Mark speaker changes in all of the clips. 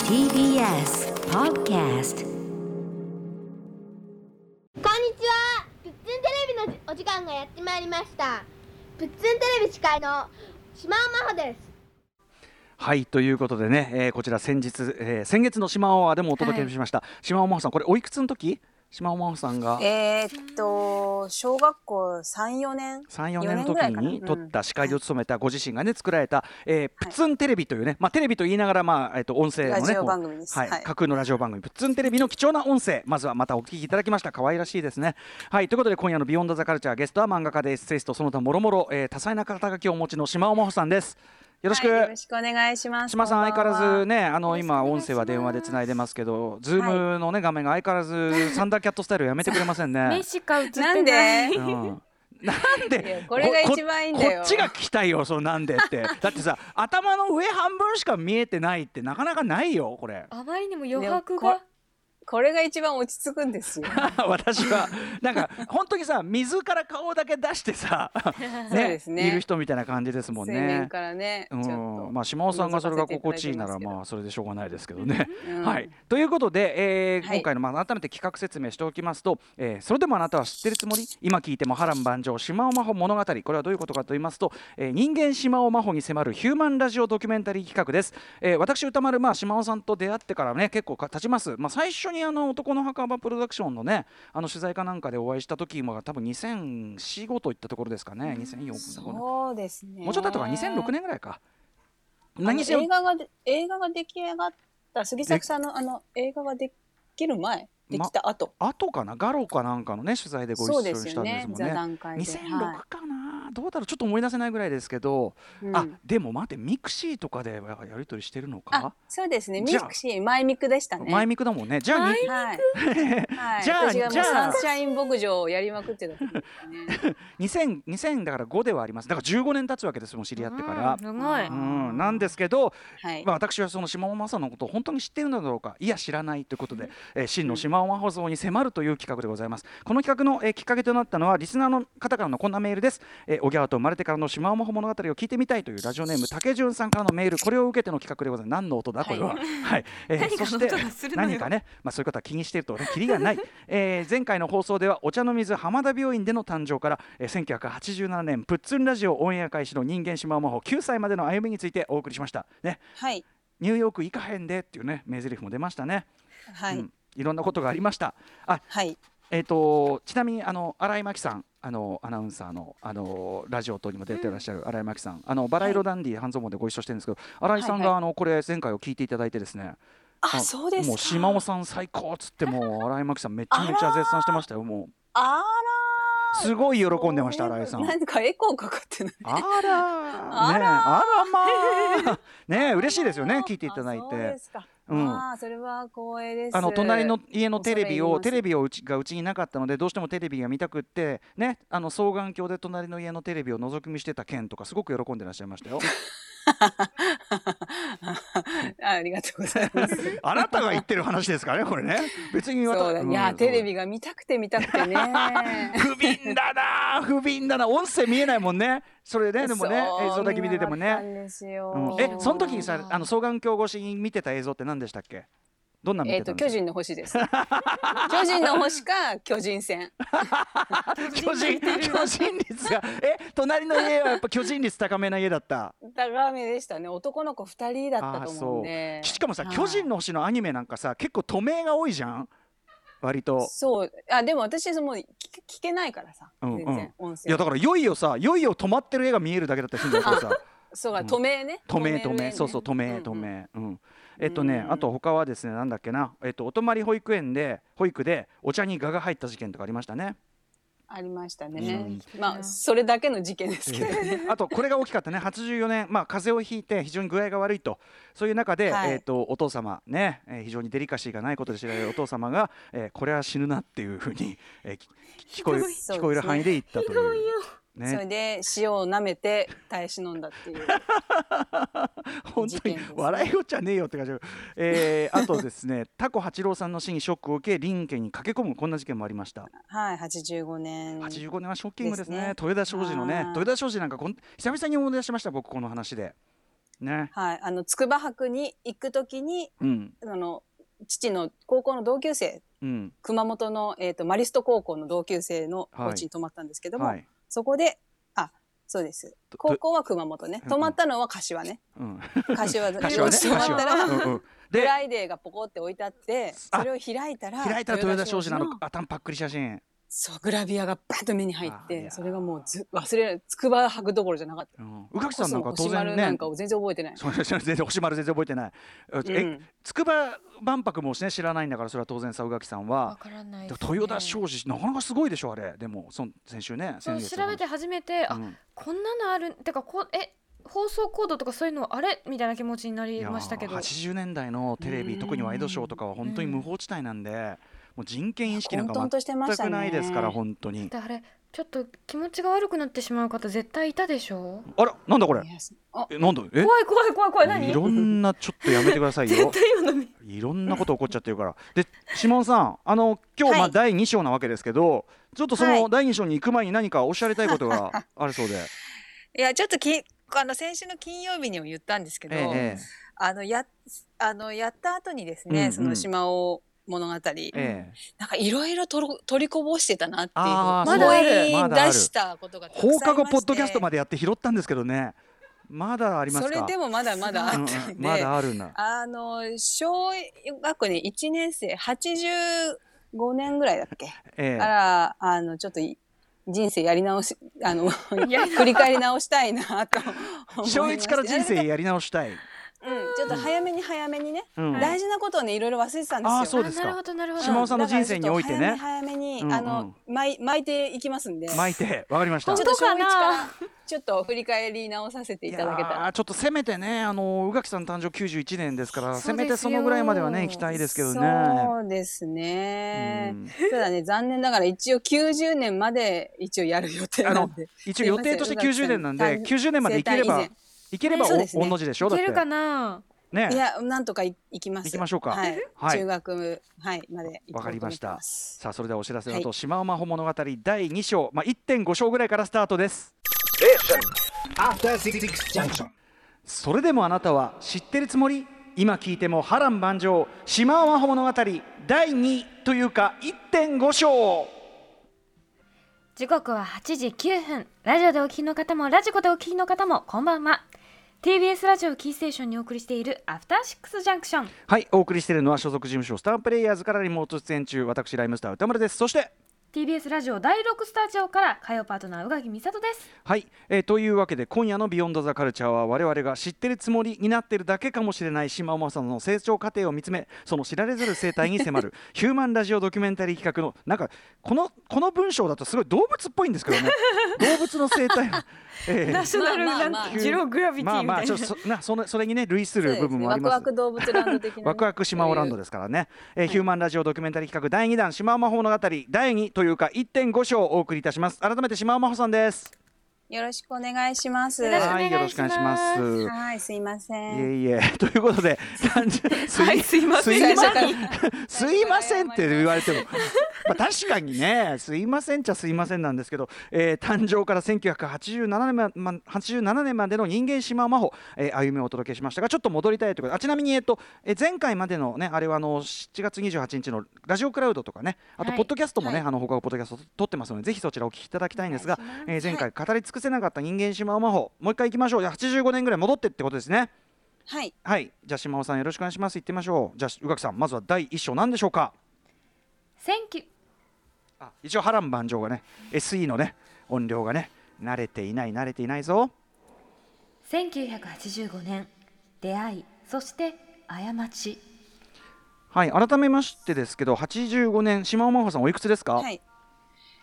Speaker 1: こんにちは
Speaker 2: TBS Podcast
Speaker 1: プッツンテレビのお時間がやってまいりましたプッツンテレビ司会の島尾真帆です
Speaker 3: はいということでね、えーこちら先日、えー先月の島尾アワーでもお届けしました、島尾真帆さんこれおいくつの時島尾真帆さんが
Speaker 4: えーっと小学校34年
Speaker 3: 34
Speaker 4: 四
Speaker 3: 年の
Speaker 4: ぐらい
Speaker 3: 時
Speaker 4: かな
Speaker 3: に撮った司会
Speaker 4: う
Speaker 3: を
Speaker 4: ん
Speaker 3: 務めたご自身がね作られた、えープツンテレビというね、まあ、テレビと言いながら、まあえっと音声のね
Speaker 4: ラジオ
Speaker 3: こう
Speaker 4: 番組です
Speaker 3: はい
Speaker 4: はい
Speaker 3: 架空のラジオ番組プツンテレビの貴重な音声まずはまたお聞きいただきました可愛らしいですねはいということで今夜の「ビヨンドザカルチャーゲストは漫画家でエッセイストその他もろもろえー多彩な肩書きをお持ちの島尾真帆さんですよろしく、
Speaker 4: はいよろしくお願いします
Speaker 3: 島さん相変わらずねあの今
Speaker 1: よろ
Speaker 3: 音
Speaker 1: しくお願いします
Speaker 3: 声は電話でつないでますけど、ズームのね画面が相変わらずサンダーキャットスタイルやめてくれません ね
Speaker 5: 目。しか映ってな
Speaker 4: ないんで
Speaker 3: うん なん
Speaker 4: いや
Speaker 3: で
Speaker 4: これが
Speaker 3: こ
Speaker 4: 一番いいんだよ
Speaker 3: こっちが聞きたいよそうなんでってだってさ頭の上半分しか見えてないってなかなかないよこれ
Speaker 5: あまりにも余白
Speaker 4: でも
Speaker 5: が
Speaker 4: ここれが一番落ち着くんですよ
Speaker 3: 私はなんか本当にさ水から顔だけ出して さ
Speaker 4: そうですね
Speaker 3: いる人みたいな感じです もん
Speaker 4: 水面
Speaker 3: ね。
Speaker 4: からねち
Speaker 3: う
Speaker 4: ょっと、
Speaker 3: んまあ、島尾さんがそれが心地いいなら
Speaker 4: 覗かせていただいてますけど
Speaker 3: まあそれでしょうがないですけどね。
Speaker 4: うん
Speaker 3: はい、ということで、えー
Speaker 4: はい
Speaker 3: 今回の、まあ、改めて企画説明しておきますと、えーそれでもあなたは知ってるつもり今聞いても波乱万丈島尾真帆物語これはどういうことかと言いますと、えー人間島尾真帆に迫るヒューマンラジオドキュメンタリー企画です、えー私歌丸、まあ、島尾さんと出会ってからね結構か経ちます、まあ、最初にあの男の墓場プロダクションのねあの取材かなんかでお会いした時も多分2004五といったところですかね2004かな
Speaker 4: そうですね
Speaker 3: もうちょっと後か2006年ぐらいか
Speaker 4: あの
Speaker 3: 何せよ
Speaker 4: 映画がで映画が出来上がった杉作さんのあの映画ができる前できた後、
Speaker 3: 後かなガロかなんかのね取材でご一緒
Speaker 4: そう
Speaker 3: に
Speaker 4: で
Speaker 3: し
Speaker 4: すよ
Speaker 3: たんで
Speaker 4: ね
Speaker 3: すもん
Speaker 4: 座
Speaker 3: ね。
Speaker 4: 談会で
Speaker 3: 2006かな、どうだろうちょっと思い出せないぐらいですけど、
Speaker 4: うん
Speaker 3: あでも待ってミクシーとかでやり取りしてるの
Speaker 4: あ
Speaker 3: か
Speaker 4: そうですねミ
Speaker 3: じゃあ
Speaker 4: クシーマイミクでしたね
Speaker 3: 前ミクだもんねじゃあに
Speaker 4: はい。はい、
Speaker 3: じゃあ
Speaker 4: 私がもう
Speaker 3: じゃあ
Speaker 4: サンシャイン牧場をやりまくってた時ですね。
Speaker 3: 2000, 2000だから5ではありますだから15年経つわけですもん知り合ってから
Speaker 5: うん、。すごい、
Speaker 4: う
Speaker 3: うんなんですけど、
Speaker 4: はい
Speaker 3: ま。あ、私はその島尾正のことを本当に知っているのだろうかいや知らないということで、えー真の島尾真帆像に迫るという企画でございますこの企画の、えーきっかけとなったのはリスナーの方からのこんなメールです、えー、おぎゃーと生まれてからの島尾真帆物語を聞いてみたいというラジオネーム竹潤さんからのメールこれを受けての企画でございます何の音だこれは、
Speaker 4: は
Speaker 3: はいえ ー
Speaker 5: 何か
Speaker 3: そ
Speaker 5: の
Speaker 3: して
Speaker 5: 音がするのよ
Speaker 3: 何かね、まあ、そういう方は気にしていると ね、キリがない、えー前回の放送ではお茶の水浜田病院での誕生から、えー1987年プッツンラジオオンエア開始の人間島尾真帆9歳までの歩みについてお送りしましたね
Speaker 4: はい。
Speaker 3: ニューヨーク行かへんでっていうね名台詞も出ましたね、
Speaker 4: はい。
Speaker 3: うん、いろんなことがありましたあ
Speaker 4: はい。
Speaker 3: えっ、とちなみにあの新井真紀さんあのアナウンサーのあのラジオ等にも出てらっしゃる新井真紀さん、あのバラ色ダンディ半蔵門でご一緒してるんですけど、新井さんが、
Speaker 4: はいは
Speaker 3: あのこれ前回を聞いていただいてですね
Speaker 4: あ、そうですか。
Speaker 3: もう島尾さん最高っつってもう新井真紀さんめちゃめちゃ絶賛してましたよもう
Speaker 4: あらー。
Speaker 3: すごい喜んでました新井さん
Speaker 4: なんかエコーかかってない。
Speaker 3: あらーねえ
Speaker 4: あ
Speaker 3: あ
Speaker 4: ら
Speaker 3: ら まあねえ嬉しいですよね聞いていただい
Speaker 4: あそうで
Speaker 3: て
Speaker 4: すか。
Speaker 3: うん
Speaker 4: あー、それは光栄です。
Speaker 3: あの隣の家のテレビを
Speaker 4: 恐
Speaker 3: テ
Speaker 4: れ入
Speaker 3: レビ
Speaker 4: ります
Speaker 3: をうちがうちになかったのでどうしてもテレビが見たくってねあの双眼鏡で隣の家のテレビを覗き見してた件とかすごく喜んでらっしゃいました よ
Speaker 4: あありがとうございます。
Speaker 3: あなたが言ってる話ですからねこれね別に
Speaker 4: そうだ。
Speaker 3: うん
Speaker 4: いや、テレ
Speaker 3: そう
Speaker 4: ビが見たくて見たくてね。
Speaker 3: 不憫だな不憫だな音声見えないもんねそれねでもね
Speaker 4: そう
Speaker 3: 映像だけ見てても
Speaker 4: 見なかった
Speaker 3: ね、
Speaker 4: んですよ
Speaker 3: うん、えその時にさあの双眼鏡越しに見てた映像って何でしたっけどんなの見
Speaker 4: えって
Speaker 3: た
Speaker 4: と
Speaker 3: んで
Speaker 4: 巨
Speaker 3: すか、
Speaker 4: 人の星です。巨人の星か巨人戦。
Speaker 3: 巨人 巨人率がえ隣の家はやっぱ巨人率高めな家だった
Speaker 4: 高めでしたね。男の子二人だったと思うんで。
Speaker 3: しかもさ「
Speaker 4: はい
Speaker 3: 巨人の星」のアニメなんかさ結構透明が多いじゃん割と
Speaker 4: そう。あでも私その聞け聞けないからさ。
Speaker 3: うんうん
Speaker 4: 全然
Speaker 3: い
Speaker 4: 音
Speaker 3: や
Speaker 4: 声
Speaker 3: だ。からいよいよさいよいよ止まってる絵が見えるだけだったりするんだけどさ
Speaker 4: そうか
Speaker 3: うん
Speaker 4: 透明ね。
Speaker 3: 透明
Speaker 4: る
Speaker 3: 透
Speaker 4: 絵
Speaker 3: 明
Speaker 4: ね
Speaker 3: そうそう透
Speaker 4: ん
Speaker 3: 明
Speaker 4: ん
Speaker 3: 透明うんえっとね
Speaker 4: うん
Speaker 3: あと他はですねなんだっけなえっとお泊まり保育園で保育でお茶に蛾が入った事件とかありましたね
Speaker 4: ありました
Speaker 3: うん
Speaker 4: ね。まあそれだけの事件ですけどね。
Speaker 3: あとこれが大きかったね84年、まあ、風邪をひいて非常に具合が悪いとそういう中で、
Speaker 4: はい
Speaker 3: えー、とお父様ね、えー非常にデリカシーがないことで知られるお父様が、えーこれは死ぬなっていうふうに、えーき聞こえる
Speaker 4: ひどい
Speaker 3: 聞こえる範囲で言ったという。
Speaker 4: それ
Speaker 3: ね、
Speaker 4: で塩を舐めて耐え忍んだっていう。
Speaker 3: 本
Speaker 4: 事
Speaker 3: 当に
Speaker 4: 件ですね
Speaker 3: 笑い事じゃねえよって感じ、 えー、あとですねタコ八郎さんの死にショックを受け林家に駆け込むこんな事件もありました
Speaker 4: はい85年。
Speaker 3: 85年はショッキングですね
Speaker 4: ですね
Speaker 3: 豊田商事のね
Speaker 4: あー
Speaker 3: 豊田商事なんかこん久々に思い出しました僕この話でね。
Speaker 4: はい、あの筑波博に行くときに
Speaker 3: うん。
Speaker 4: あの父の高校の同級生
Speaker 3: うん。
Speaker 4: 熊本の、えー、とマリスト高校の同級生のお家に泊まったんですけども、
Speaker 3: はい。
Speaker 4: そこであそうです
Speaker 3: と
Speaker 4: 高校は熊本ね
Speaker 3: うん
Speaker 4: 泊まったのは柏ね
Speaker 3: うん。
Speaker 4: 柏
Speaker 3: 柏ね。
Speaker 4: 泊まったら
Speaker 3: 柏うんうん
Speaker 4: フ
Speaker 3: で、
Speaker 4: ライデーがポコって置いてあって
Speaker 3: あ
Speaker 4: それを開いたら
Speaker 3: 開いたら豊田商事なの
Speaker 4: 豊田商
Speaker 3: あたんぱっくり写真。
Speaker 4: そうグラビアがバッと目に入っ
Speaker 3: あーいやー
Speaker 4: てそれがもうず忘れられない筑波博どころじゃなかった。
Speaker 3: うん。宇垣さんなんか
Speaker 4: コスモ
Speaker 3: 当
Speaker 4: 星
Speaker 3: 然
Speaker 4: 丸なん
Speaker 3: ね
Speaker 4: か。を全然覚えてない。
Speaker 3: そうそう全然星丸全然覚えてない。
Speaker 4: う
Speaker 3: え、
Speaker 4: ん
Speaker 3: 筑波万博もね知らないんだからそれは当然さ宇垣さんは
Speaker 2: わ。からない
Speaker 3: で
Speaker 2: です、ね。
Speaker 3: 豊田商事なかなかすごいでしょあれ。でもそん先週ね。
Speaker 2: そう
Speaker 3: 先月
Speaker 2: 調べて初めて、
Speaker 3: う
Speaker 2: あ
Speaker 3: ん
Speaker 2: こんなのあるてかこうえ放送コードとかそういうのあれみたいな気持ちにないり
Speaker 3: や
Speaker 2: ましたけど。
Speaker 3: 80年代のテレビ特にワイドショーとかは本当に無法地帯なんでもう人権意識なん
Speaker 4: 混
Speaker 3: か
Speaker 4: 沌としてま
Speaker 3: 全
Speaker 4: した
Speaker 3: く
Speaker 4: ね。
Speaker 3: ないですから本当に
Speaker 2: であれちょっと気持ちが悪くなってしまう方絶対いたでしょ
Speaker 3: あらなんだこれ
Speaker 4: いやそあ
Speaker 3: えなんだえ
Speaker 2: 怖い怖い怖い怖い
Speaker 3: い
Speaker 2: 何
Speaker 3: ろんなちょっとやめてください
Speaker 2: 絶
Speaker 3: よ
Speaker 2: 対今の見
Speaker 3: いろんなこと起こっちゃってるからで島尾さんあの今日
Speaker 4: はい
Speaker 3: まあ第2章なわけですけど、ちょっとそ
Speaker 4: は
Speaker 3: の
Speaker 4: い
Speaker 3: 第2章に行く前に何かおっしゃりたいこと があるそうで、
Speaker 4: いやちょっときあの先週の金曜日にも言ったんですけど、
Speaker 3: ええ
Speaker 4: あのやあのやった後にです
Speaker 3: う
Speaker 4: ね、
Speaker 3: んうん
Speaker 4: その島尾物語、
Speaker 3: えええ
Speaker 4: なんかいろいろとろ取りこぼしてたなって
Speaker 3: あ
Speaker 2: ー
Speaker 4: いう思い
Speaker 3: そうまだある
Speaker 4: 出したことがたくさん
Speaker 3: 放
Speaker 4: ありまして
Speaker 3: 課後ポッドキャストまでやって拾ったんですけどねまだあります
Speaker 4: そ
Speaker 3: か
Speaker 4: れでもまだまだあったんで、
Speaker 3: うんうんまだあるんだ
Speaker 4: あの小学校ね1年生85年ぐらいだっけ、
Speaker 3: ええ
Speaker 4: からあのちょっとい人生やり直し あの 振り返り直したいなと思いまして
Speaker 3: 小一から人生やり直したい、
Speaker 4: うん、ちょっと早めに早めにね、
Speaker 3: うん
Speaker 4: 大事なことをねいろいろ忘れてたんですよ。
Speaker 3: あーそうですか
Speaker 2: あなるほどなるほど
Speaker 3: 島尾さんの人生においてね
Speaker 4: だからちょっと早めに早めに、
Speaker 3: うんうん
Speaker 4: あの巻い巻いていきますんで。
Speaker 3: 巻いてわかりまし
Speaker 4: ちょ
Speaker 3: た
Speaker 4: っ
Speaker 2: 本
Speaker 4: と小
Speaker 2: 当か
Speaker 4: 一
Speaker 2: な
Speaker 4: からちょっと振り返り直させていただけた
Speaker 3: や
Speaker 4: ら。
Speaker 3: ーちょっとせめてねあの宇垣さん誕生91年ですから
Speaker 2: そう
Speaker 3: せめてそのぐらいまではね行きたいですけどね。
Speaker 4: そうです
Speaker 3: う
Speaker 4: ね。
Speaker 3: ん
Speaker 4: ただね残念ながら一応90年まで一応やる予定なんで。
Speaker 3: 一応予定として
Speaker 4: すいません
Speaker 3: 90年なん
Speaker 4: 宇
Speaker 3: で
Speaker 4: 垣
Speaker 3: 90年まで行けれ
Speaker 4: 生誕
Speaker 3: ば
Speaker 4: 以前
Speaker 3: 行ければ
Speaker 4: そうです
Speaker 3: お
Speaker 4: ね
Speaker 3: 同じでしょ
Speaker 2: い
Speaker 3: だっ
Speaker 2: けるか
Speaker 3: て
Speaker 2: な
Speaker 4: 前。い
Speaker 3: ね
Speaker 4: やなんとかい行きます。
Speaker 3: 行きましょうか
Speaker 4: はい。
Speaker 3: はい
Speaker 4: 中学はいまで行こうと思ってす。
Speaker 3: わかりましたさあそれではお知らせの後、
Speaker 4: は
Speaker 3: 島尾魔法物語第2章まあ1.5章ぐらいからスタートです
Speaker 5: After Six Junction.
Speaker 3: それでもあなたは知ってるつもり今聞いても波乱万丈島尾魔法物語第2というか1.5章
Speaker 2: 時刻は8時9分ラジオでお聞きの方もラジコでお聞きの方もこんばんは TBS ラジオをキーステーションにお送りしているアフターシックスジャンクション
Speaker 3: はいお送りしているのは所属事務所スタープレイヤーズからリモート出演中私ライムスター歌丸ですそして
Speaker 2: TBS ラジオ第6スタジオから火曜パートナー宇垣美里です
Speaker 3: はい、えーというわけで今夜の「ビヨンドザカルチャーは我々が知ってるつもりになってるだけかもしれない島尾正さんの成長過程を見つめその知られざる生態に迫 るヒューマンラジオドキュメンタリー企画のなんかこのこの文章だとすごい動物っぽいんですけ どね動物の生態を、え
Speaker 2: ナ
Speaker 3: ー
Speaker 2: ショナル
Speaker 4: まあまあまあ
Speaker 2: なんてジローグラビテ
Speaker 3: ま
Speaker 2: ィ
Speaker 3: あ
Speaker 2: み
Speaker 3: ま
Speaker 2: た
Speaker 3: あ
Speaker 2: い
Speaker 3: ち
Speaker 2: な
Speaker 3: ょそなそのそれにね類す
Speaker 4: そう
Speaker 3: る
Speaker 4: ですね
Speaker 3: 部分もあります
Speaker 4: ワクワク動物ランド的なね、
Speaker 3: ワクワク島尾ランドですからね、えーヒューマンラジオドキュメンタリー企画第2弾「島尾魔法物語」第2というか1.5章をお送りいたします改めて島尾魔法さんです
Speaker 4: よろしくお願いします。
Speaker 2: よろしくお
Speaker 4: は
Speaker 2: 願い
Speaker 3: はいよろしくお願いし
Speaker 2: し
Speaker 3: ます
Speaker 4: い、すいませ
Speaker 3: い
Speaker 4: ん。
Speaker 3: えい えということで30す
Speaker 2: はいすいま
Speaker 3: す
Speaker 2: せん
Speaker 3: いま
Speaker 4: 最
Speaker 3: せ
Speaker 4: 初
Speaker 3: んすいませんって言われて もまあ確かにねすいませんっちゃすいませんなんですけど、えー誕生から1987年ま、ま、87年までの人間島真帆、えー歩みをお届けしましたがちょっと戻りたいということであちなみに、えっとえー前回までのねあれはあの7月28日のラジオクラウドとかねあと
Speaker 2: はい
Speaker 3: ポッドキャストもね、
Speaker 4: は
Speaker 3: あの他のポッドキャスト撮ってますのでぜひそちらお聞きいただきたいんですが
Speaker 2: お願いします
Speaker 3: えー前回語り尽くせなかった人間島真帆もう一回行きましょういや85年ぐらい戻ってってことですね。
Speaker 4: はい、
Speaker 3: はい、じゃあ島尾さんよろしくお願いします。行ってみましょう。じゃあ宇垣さん、まずは第一章なんでしょうか。
Speaker 2: 19
Speaker 3: あ、一応波乱万丈がね、SE のね音量がね慣れていない慣れていないぞ。
Speaker 2: 1985年出会いそして過ち
Speaker 3: はい、改めましてですけど、85年島尾真帆さんおいくつですか。
Speaker 4: はい。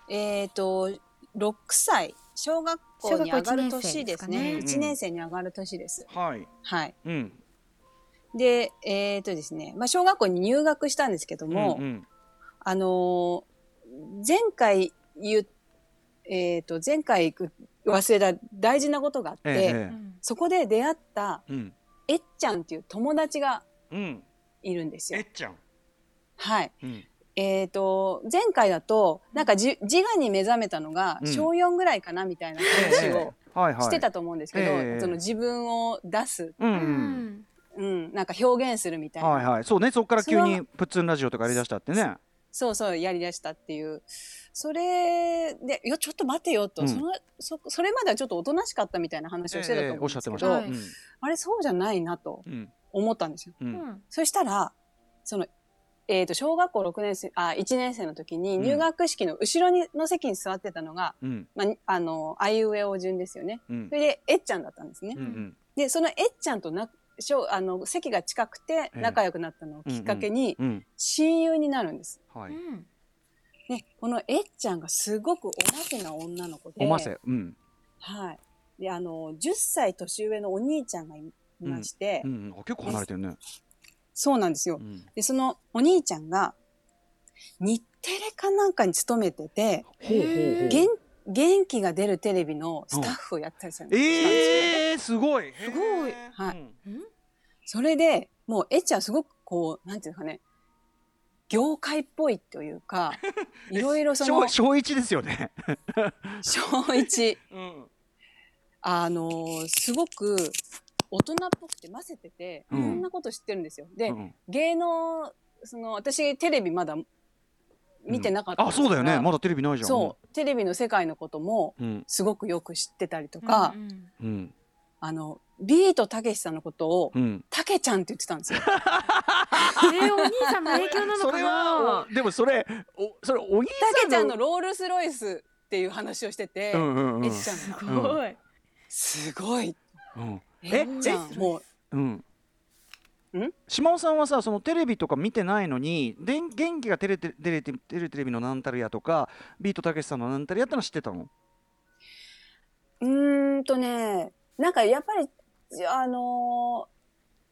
Speaker 4: えっ、と、六歳、小学校に上がる年ですね。
Speaker 2: 小学校一
Speaker 4: 一年
Speaker 2: 年生ですかね
Speaker 4: 生に上がる年です。
Speaker 3: はい、
Speaker 4: はい。
Speaker 3: うん、
Speaker 4: で、えっ、とですね、まあ小学校に入学したんですけども、
Speaker 3: うんうん、
Speaker 4: あのー前回言う、えっ、と前回行く忘れた大事なことがあって、
Speaker 3: え
Speaker 2: う
Speaker 3: ええ
Speaker 2: ん
Speaker 4: そこで出会った
Speaker 3: え、うん、
Speaker 4: えっちゃんっていう友達が
Speaker 3: うん、
Speaker 4: いるんです
Speaker 3: え
Speaker 4: よ
Speaker 3: っ。ちゃん、
Speaker 4: はい。
Speaker 3: うん、
Speaker 4: えー、と前回だとなんかじ自我に目覚めたのが
Speaker 3: うん
Speaker 4: 小4ぐらいかなみたいな
Speaker 3: ええ
Speaker 4: 話を
Speaker 3: はいはい
Speaker 4: してたと思うんですけど、
Speaker 3: ええ
Speaker 4: その自分を出す、
Speaker 3: うんう
Speaker 2: うんん
Speaker 4: うん、なんか表現するみたいな、
Speaker 3: はいはいそうねそこから急
Speaker 4: それ
Speaker 3: に「プッツンラジオ」とかやりだしたってね
Speaker 4: そうそうやりだしたっていうそれで「いやちょっと待てよと」
Speaker 3: うん
Speaker 4: そのそそれまではちょっとおとなしかったみたいな話をしてた
Speaker 3: え
Speaker 4: と
Speaker 3: え
Speaker 4: 思うん
Speaker 3: おっしゃ
Speaker 4: で
Speaker 3: ってま
Speaker 4: すけ
Speaker 3: し
Speaker 4: ど、
Speaker 3: た
Speaker 2: はい
Speaker 3: うん
Speaker 4: あれそうじゃないなと
Speaker 3: うん
Speaker 4: 思ったんですよ。
Speaker 3: う
Speaker 2: うんん
Speaker 4: そしたらそのえー、と小学校6年生あ1年生の時に入学式の後ろにの席に座ってたのが、
Speaker 3: うん
Speaker 4: まあに、あのあいうえお順ですよね
Speaker 3: うん
Speaker 4: それでえっちゃんだったんですね、
Speaker 3: うんうん
Speaker 4: でそのえっちゃんとなしょあの席が近くて仲良くなったのをきっかけに
Speaker 3: うん
Speaker 4: 親友になるんです、
Speaker 3: は
Speaker 2: う
Speaker 3: い
Speaker 2: ん
Speaker 4: ね、このえっちゃんがすごくおませな女の子で
Speaker 3: おませうん
Speaker 4: はい、であの10歳年上のお兄ちゃんがいまして、
Speaker 3: うんうんあ結構離れてるね
Speaker 4: そうなんですよ
Speaker 3: うん
Speaker 4: でそのお兄ちゃんが日テレかなんかに勤めてて
Speaker 3: ほうほうほう
Speaker 2: へ
Speaker 4: 元元気が出るテレビのスタッフをやってたりするんですよ、
Speaker 3: えー、すごいす
Speaker 2: ごい
Speaker 4: はい
Speaker 3: い
Speaker 2: うん
Speaker 4: それでもうエッチはすごくこうなんていうんですかね業界っぽいという かいろいろそ
Speaker 3: 小
Speaker 4: の
Speaker 3: 小一ですよね
Speaker 4: 小一
Speaker 3: うん
Speaker 4: あのーすごく大人っぽくて混ぜてて、
Speaker 3: うん
Speaker 4: いろんなこと知ってるんですよ。で、
Speaker 3: うん
Speaker 4: 芸能その私テレビまだ見てなかった
Speaker 3: あそうだよねまだテレビないじゃん
Speaker 4: そうテレビの世界のことも
Speaker 3: うん
Speaker 4: すごくよく知ってたりとか、
Speaker 2: うん
Speaker 3: うん
Speaker 4: あのビートたけしさんのことを
Speaker 3: うん
Speaker 4: たけちゃんって言ってた んですよ。
Speaker 2: えーお兄さんの影響なの
Speaker 3: そ
Speaker 2: か
Speaker 3: れは
Speaker 2: な
Speaker 3: おでもそれおそれお兄
Speaker 4: たけち
Speaker 3: さ
Speaker 4: ゃ
Speaker 3: ん
Speaker 4: んのロールスロイスっていう話をしてて、
Speaker 3: うんうんうん
Speaker 4: エッちゃんが
Speaker 2: すごい
Speaker 4: すごい
Speaker 3: うんえ
Speaker 4: エッちゃんもう
Speaker 3: うん
Speaker 4: ん
Speaker 3: 島尾さんはさそのテレビとか見てないのにでん元気がテレテレテレテレテレビのなんたるやとかビートたけしさんのなんたるやってのは知ってたの
Speaker 4: うーんとねなんかやっぱりあの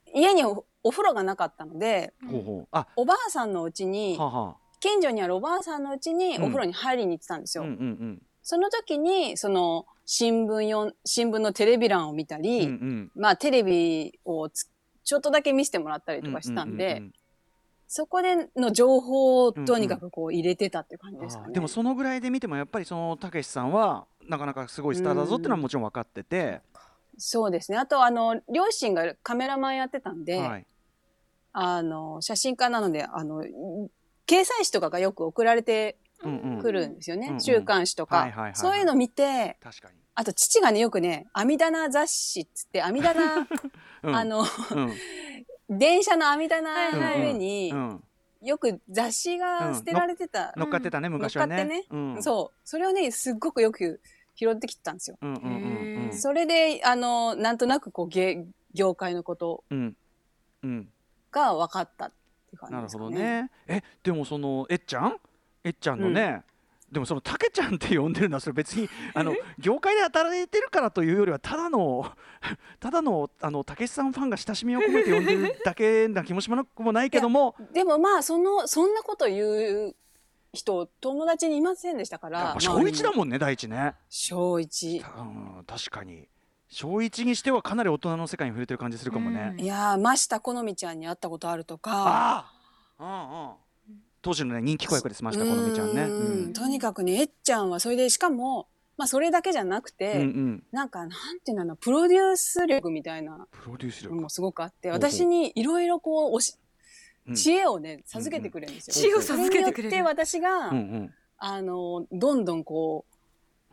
Speaker 4: ー家におお風呂がなかったので
Speaker 3: ほうほうあ
Speaker 4: おばあさんのうちに
Speaker 3: はあは
Speaker 4: 近所にあるおばあさんのうちに
Speaker 3: うん
Speaker 4: お風呂に入りに行ってたんです
Speaker 3: あう
Speaker 4: よ。
Speaker 3: んうん
Speaker 4: その時にその新聞よん新聞のテレビ欄を見た
Speaker 3: うんう
Speaker 4: り、
Speaker 3: ん
Speaker 4: まあテレビをつちょっとだけ見せてもらったり
Speaker 3: う
Speaker 4: と
Speaker 3: ん
Speaker 4: かしたんで、
Speaker 3: うう
Speaker 4: そこでの情報をとにかくこう入れてたっていう感じ
Speaker 3: うんうん
Speaker 4: ですかね。
Speaker 3: あーでもそのぐらいで見てもやっぱりそのたけしさんはなかなかすごいスターだぞっていうのはもちろん分かってて、
Speaker 4: そうですね。あと、あの、両親がカメラマンやってたんで、
Speaker 3: はい、
Speaker 4: あの、写真家なので、あの、掲載誌とかがよく送られて
Speaker 3: うんうん
Speaker 4: くるんですよね。
Speaker 3: うんうん
Speaker 4: 週刊誌と
Speaker 3: はいはいはいは
Speaker 4: か。
Speaker 3: い
Speaker 4: そういうの見て、
Speaker 3: 確かに、
Speaker 4: あと父がね、よくね、網棚雑誌っつって、網棚、
Speaker 3: うん、
Speaker 4: あの、
Speaker 3: うん、
Speaker 4: 電車の網棚の上に
Speaker 3: う、ん、
Speaker 4: よく雑誌が捨てられてた。
Speaker 3: 乗っかってたね昔はね
Speaker 4: 乗っかってね
Speaker 3: うん、う
Speaker 4: そう。それをね、すっごくよく拾ってきてたんですよ。
Speaker 3: うんうんうんうん
Speaker 4: それで、あの、なんとなくこう、芸業界のこと
Speaker 3: うんうん
Speaker 4: が分かったっていう感じ
Speaker 3: なる
Speaker 4: です
Speaker 3: ほ
Speaker 4: かね。
Speaker 3: どねえでもそのえっちゃんえっちゃんのね、でもそのたけちゃんって呼んでるのはそれ別 にあの業界で働いてるからというよりはただの ただのあのたけしさんファンが親しみを込めて呼んでるだけな気もしなくもないけども
Speaker 4: でもまあそのそんなこと言う人友達にいませんでしたか
Speaker 3: やっ
Speaker 4: ら
Speaker 3: ぱ小一だ
Speaker 4: ん
Speaker 3: もんね第一ね、
Speaker 4: 小一
Speaker 3: たうん、確かに小一にしてはかなり大人の世界に触れてる感じするかもね、
Speaker 2: うん
Speaker 4: いやー真下好みちゃんに会ったことあるとか
Speaker 3: ああうんうん当時のね人気子役ですましたこのみちゃんね
Speaker 4: う
Speaker 3: うん
Speaker 4: んとにかくねえっちゃんはそれでしかもまあそれだけじゃなくて、
Speaker 3: うんうん
Speaker 4: なんかなんていうのかなプロデュース力みたいな
Speaker 3: プロデュース
Speaker 4: の
Speaker 3: 力
Speaker 4: もすごくあって
Speaker 3: ほうほう
Speaker 4: 私にいろいろこうおし
Speaker 3: うん
Speaker 4: 知恵をね授けてくれるんです
Speaker 2: 知
Speaker 4: よ。
Speaker 2: 恵を授けてくれ
Speaker 4: そによ
Speaker 2: る
Speaker 4: って私が、
Speaker 3: うんうん
Speaker 4: あのどんどんこ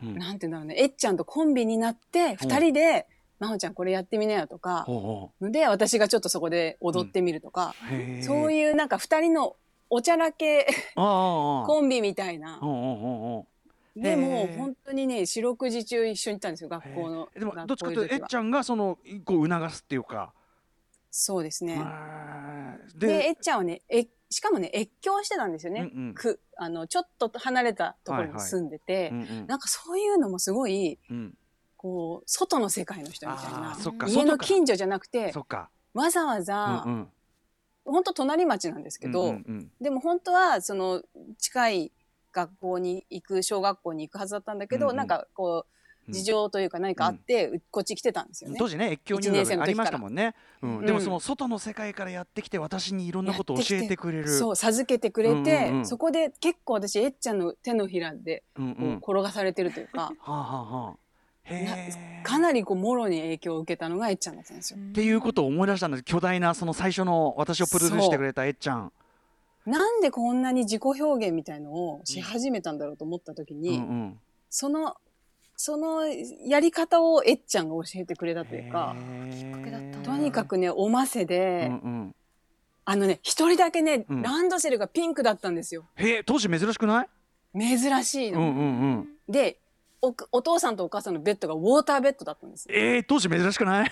Speaker 4: う
Speaker 3: うん
Speaker 4: なんて言うんだろうね、えっちゃんとコンビになって、
Speaker 3: うん
Speaker 4: 二人で、まほちゃんこれやってみなよとか、
Speaker 3: ほうほ
Speaker 4: ので、私がちょっとそこで踊ってみるとか、
Speaker 3: うへえ
Speaker 4: そういうなんか二人のおちゃらけ
Speaker 3: ああああ
Speaker 4: コンビみたいな
Speaker 3: う。んうんうんうん
Speaker 4: で
Speaker 3: へ
Speaker 4: も、
Speaker 3: ー
Speaker 4: 本当にね、四六時中一緒に行ったんですよ、学校の。
Speaker 3: へえでもどっ
Speaker 4: 学
Speaker 3: ちかと
Speaker 4: 校い
Speaker 3: いう
Speaker 4: る
Speaker 3: とえ
Speaker 4: 時
Speaker 3: っ
Speaker 4: は
Speaker 3: ちゃんがそのこう促すっていうか
Speaker 4: そうですね。
Speaker 3: あー
Speaker 4: でえっちゃんはね、え、しかもね、越境してたんですよ
Speaker 3: うんう
Speaker 4: ね。
Speaker 3: ん
Speaker 4: く、あの、ちょっと離れたところに住んでて、
Speaker 3: うんうん
Speaker 4: なんかそういうのもすごい、
Speaker 3: うん
Speaker 4: こう、外の世界の人みたい
Speaker 3: あ
Speaker 4: な
Speaker 3: ー。そっか
Speaker 4: 家
Speaker 3: 外
Speaker 4: の
Speaker 3: か
Speaker 4: 近所じゃなくて
Speaker 3: そ、っか
Speaker 4: わざわ
Speaker 3: う
Speaker 4: ざ、
Speaker 3: んうん
Speaker 4: 本当隣町なんですけど、
Speaker 3: うんうん
Speaker 4: でも本当はその近い学校に行く小学校に行くはずだったんだけど、
Speaker 3: うんうん
Speaker 4: なんかこ
Speaker 3: うん
Speaker 4: う事情というか何かあって、うこっち来てたんですよね
Speaker 3: 当。時ね越境入
Speaker 4: 一年生
Speaker 3: 学
Speaker 4: の時
Speaker 3: ありましたもんね、う
Speaker 2: ら
Speaker 3: ん、でも
Speaker 4: うん
Speaker 3: その外の世界からやってきて私にいろんなことを教えてくれる
Speaker 4: そう授けてくれて、
Speaker 3: うんうんうん
Speaker 4: そこで結構私えっちゃんの手のひらで
Speaker 3: うんう
Speaker 4: こうん転がされてるというか、
Speaker 3: はあはあはあへー
Speaker 4: かなりこうもろに影響を受けたのがエッちゃんだったんですよ。
Speaker 3: っていうことを思い出したんです巨大なその最初の私をプロデュースしてくれたえっちゃん。
Speaker 4: なんでこんなに自己表現みたいのをし始めたんだろうと思った時
Speaker 3: う
Speaker 4: に、
Speaker 3: んうん
Speaker 4: そのそのやり方をえっちゃんが教えてくれたというか、
Speaker 3: へー
Speaker 2: きっかけだったんだ
Speaker 4: とにかくねおませ
Speaker 3: う
Speaker 4: で、
Speaker 3: んうん
Speaker 4: あのね一人だけね、
Speaker 3: うん
Speaker 4: ランドセルがピンクだったんですよ
Speaker 3: へえ当時珍しくない
Speaker 4: 珍しいうの。
Speaker 3: んうんうん
Speaker 4: でおお父さんとお母さんのベッドがウォーターベッドだったんですよ。
Speaker 3: えー、当時珍しくない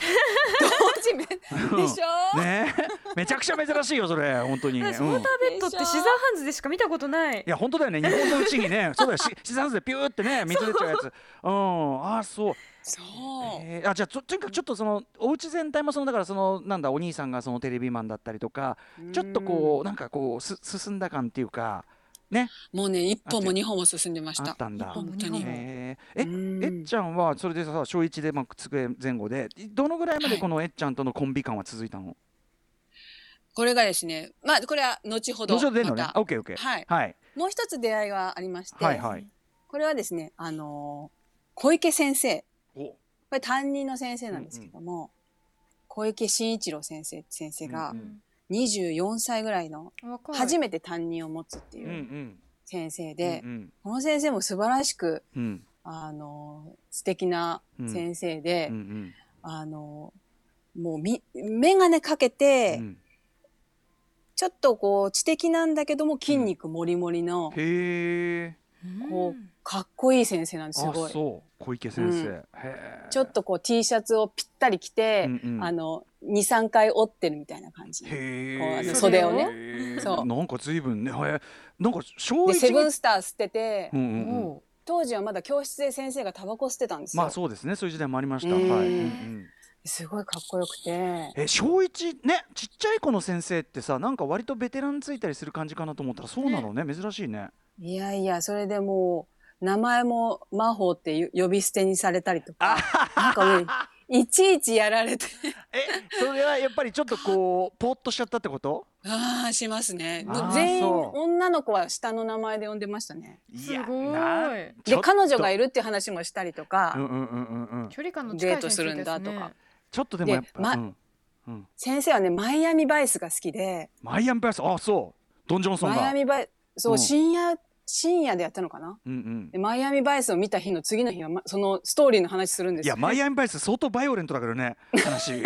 Speaker 4: 当時めでし ょ、
Speaker 3: ねえめちゃくちゃ珍しいよそれ本当に、
Speaker 2: ウォ
Speaker 3: うん、
Speaker 2: ーターベッドってシザーハンズでしか見たことない
Speaker 3: いや本当だよね日本のうちに ねそうだよし資産税でピューってね水出ちゃうやつうんああそう、
Speaker 4: そう、
Speaker 3: えーあじゃあととにかくちょっとそのお家全体もそのだからそのなんだお兄さんがそのテレビマンだったりとかちょっとこうなんかこうす進んだ感っていうか
Speaker 4: うんもうね一
Speaker 3: あ
Speaker 4: 歩
Speaker 3: って
Speaker 4: も二歩も進んでました
Speaker 3: あったんだ
Speaker 4: 本当に
Speaker 2: うん
Speaker 3: えーえ
Speaker 4: うん
Speaker 3: えっちゃんはそれでさ小一でまあ机前後でいどのぐらいまでこのえっちゃんとのコンビ感は続いたの、
Speaker 4: これがですねまあこれは後ほど
Speaker 3: どうしよう出んのね
Speaker 4: また
Speaker 3: あオッケーオッケー
Speaker 4: はい
Speaker 3: はい
Speaker 4: もう一つ出会いがありまして、
Speaker 3: はいはい
Speaker 4: これはですねあのー小池先生
Speaker 3: お
Speaker 4: これ担任の先生なんですけども、小池慎一郎先生先生が
Speaker 3: うん
Speaker 4: 24歳ぐらいの
Speaker 2: 若い
Speaker 4: 初めて担任を持つって
Speaker 3: う
Speaker 4: い
Speaker 3: んう
Speaker 4: うん先生
Speaker 3: う
Speaker 4: で、
Speaker 3: ん
Speaker 4: この先生も素晴らしく
Speaker 3: うんうん
Speaker 4: あのー素敵な
Speaker 3: うん
Speaker 4: 先生で、
Speaker 3: うんうん
Speaker 4: あのーもうみ眼鏡かけて、
Speaker 3: うん
Speaker 4: ちょっとこう知的なんだけども筋肉もりもりの
Speaker 3: へえ
Speaker 4: こかっこいい先生なんですす
Speaker 3: あ
Speaker 4: ごい。
Speaker 3: そう小池先生、
Speaker 4: うん
Speaker 3: へえ
Speaker 4: ちょっとこう T シャツをぴったり着て、
Speaker 3: うんうん
Speaker 4: あの23回折ってるみたいな感じでこう
Speaker 3: へ
Speaker 4: あ
Speaker 3: え
Speaker 4: の
Speaker 2: 袖をね
Speaker 4: そう
Speaker 3: なんか随分ねへえなんか小一
Speaker 4: セブンスター捨てて、
Speaker 3: うんう
Speaker 2: うん
Speaker 3: うん
Speaker 2: おう
Speaker 4: 当時はまだ教室で先生がタバコ吸ってたんですよ、
Speaker 3: まあそうですねそういう時代もありました、
Speaker 4: うん
Speaker 3: はい、うんうん
Speaker 4: すごいかっこよくて
Speaker 3: え小一ねちっちゃい子の先生ってさなんか割とベテランついたりする感じかなと思ったらそうなのね珍しいね
Speaker 4: いやいやそれでもう名前も魔法ってよ呼び捨てにされたりとかなんかもういちいちやられて
Speaker 3: えそれはやっぱりちょっとこうポッとしちゃったってこと
Speaker 4: ああしますね
Speaker 3: あー
Speaker 4: 全員
Speaker 3: そう
Speaker 4: 女の子は下の名前で呼んでましたね
Speaker 3: い
Speaker 2: すごい
Speaker 3: なち
Speaker 4: で
Speaker 3: ょっと
Speaker 4: 彼女がいるっていう話もしたりとか、
Speaker 3: うんうんうんうんうん
Speaker 2: 距離感の近い
Speaker 4: デートするんだとか
Speaker 2: 先生ですね
Speaker 3: ちょっとでもやっぱ、
Speaker 4: でま
Speaker 3: うんうん、
Speaker 4: 先生はねマイアミバイスが好きで
Speaker 3: マイアミバイスあそうドン・ジョンソン
Speaker 4: マイ
Speaker 3: が
Speaker 4: アミバイそう、
Speaker 3: うん
Speaker 4: 深夜深夜でやったのかな
Speaker 3: うんうん
Speaker 4: でマイアミバイスを見た日の次の日は、ま、そのストーリーの話するんで
Speaker 3: い
Speaker 4: すよ
Speaker 3: やマイアミバイス相当バイオレントだからね 話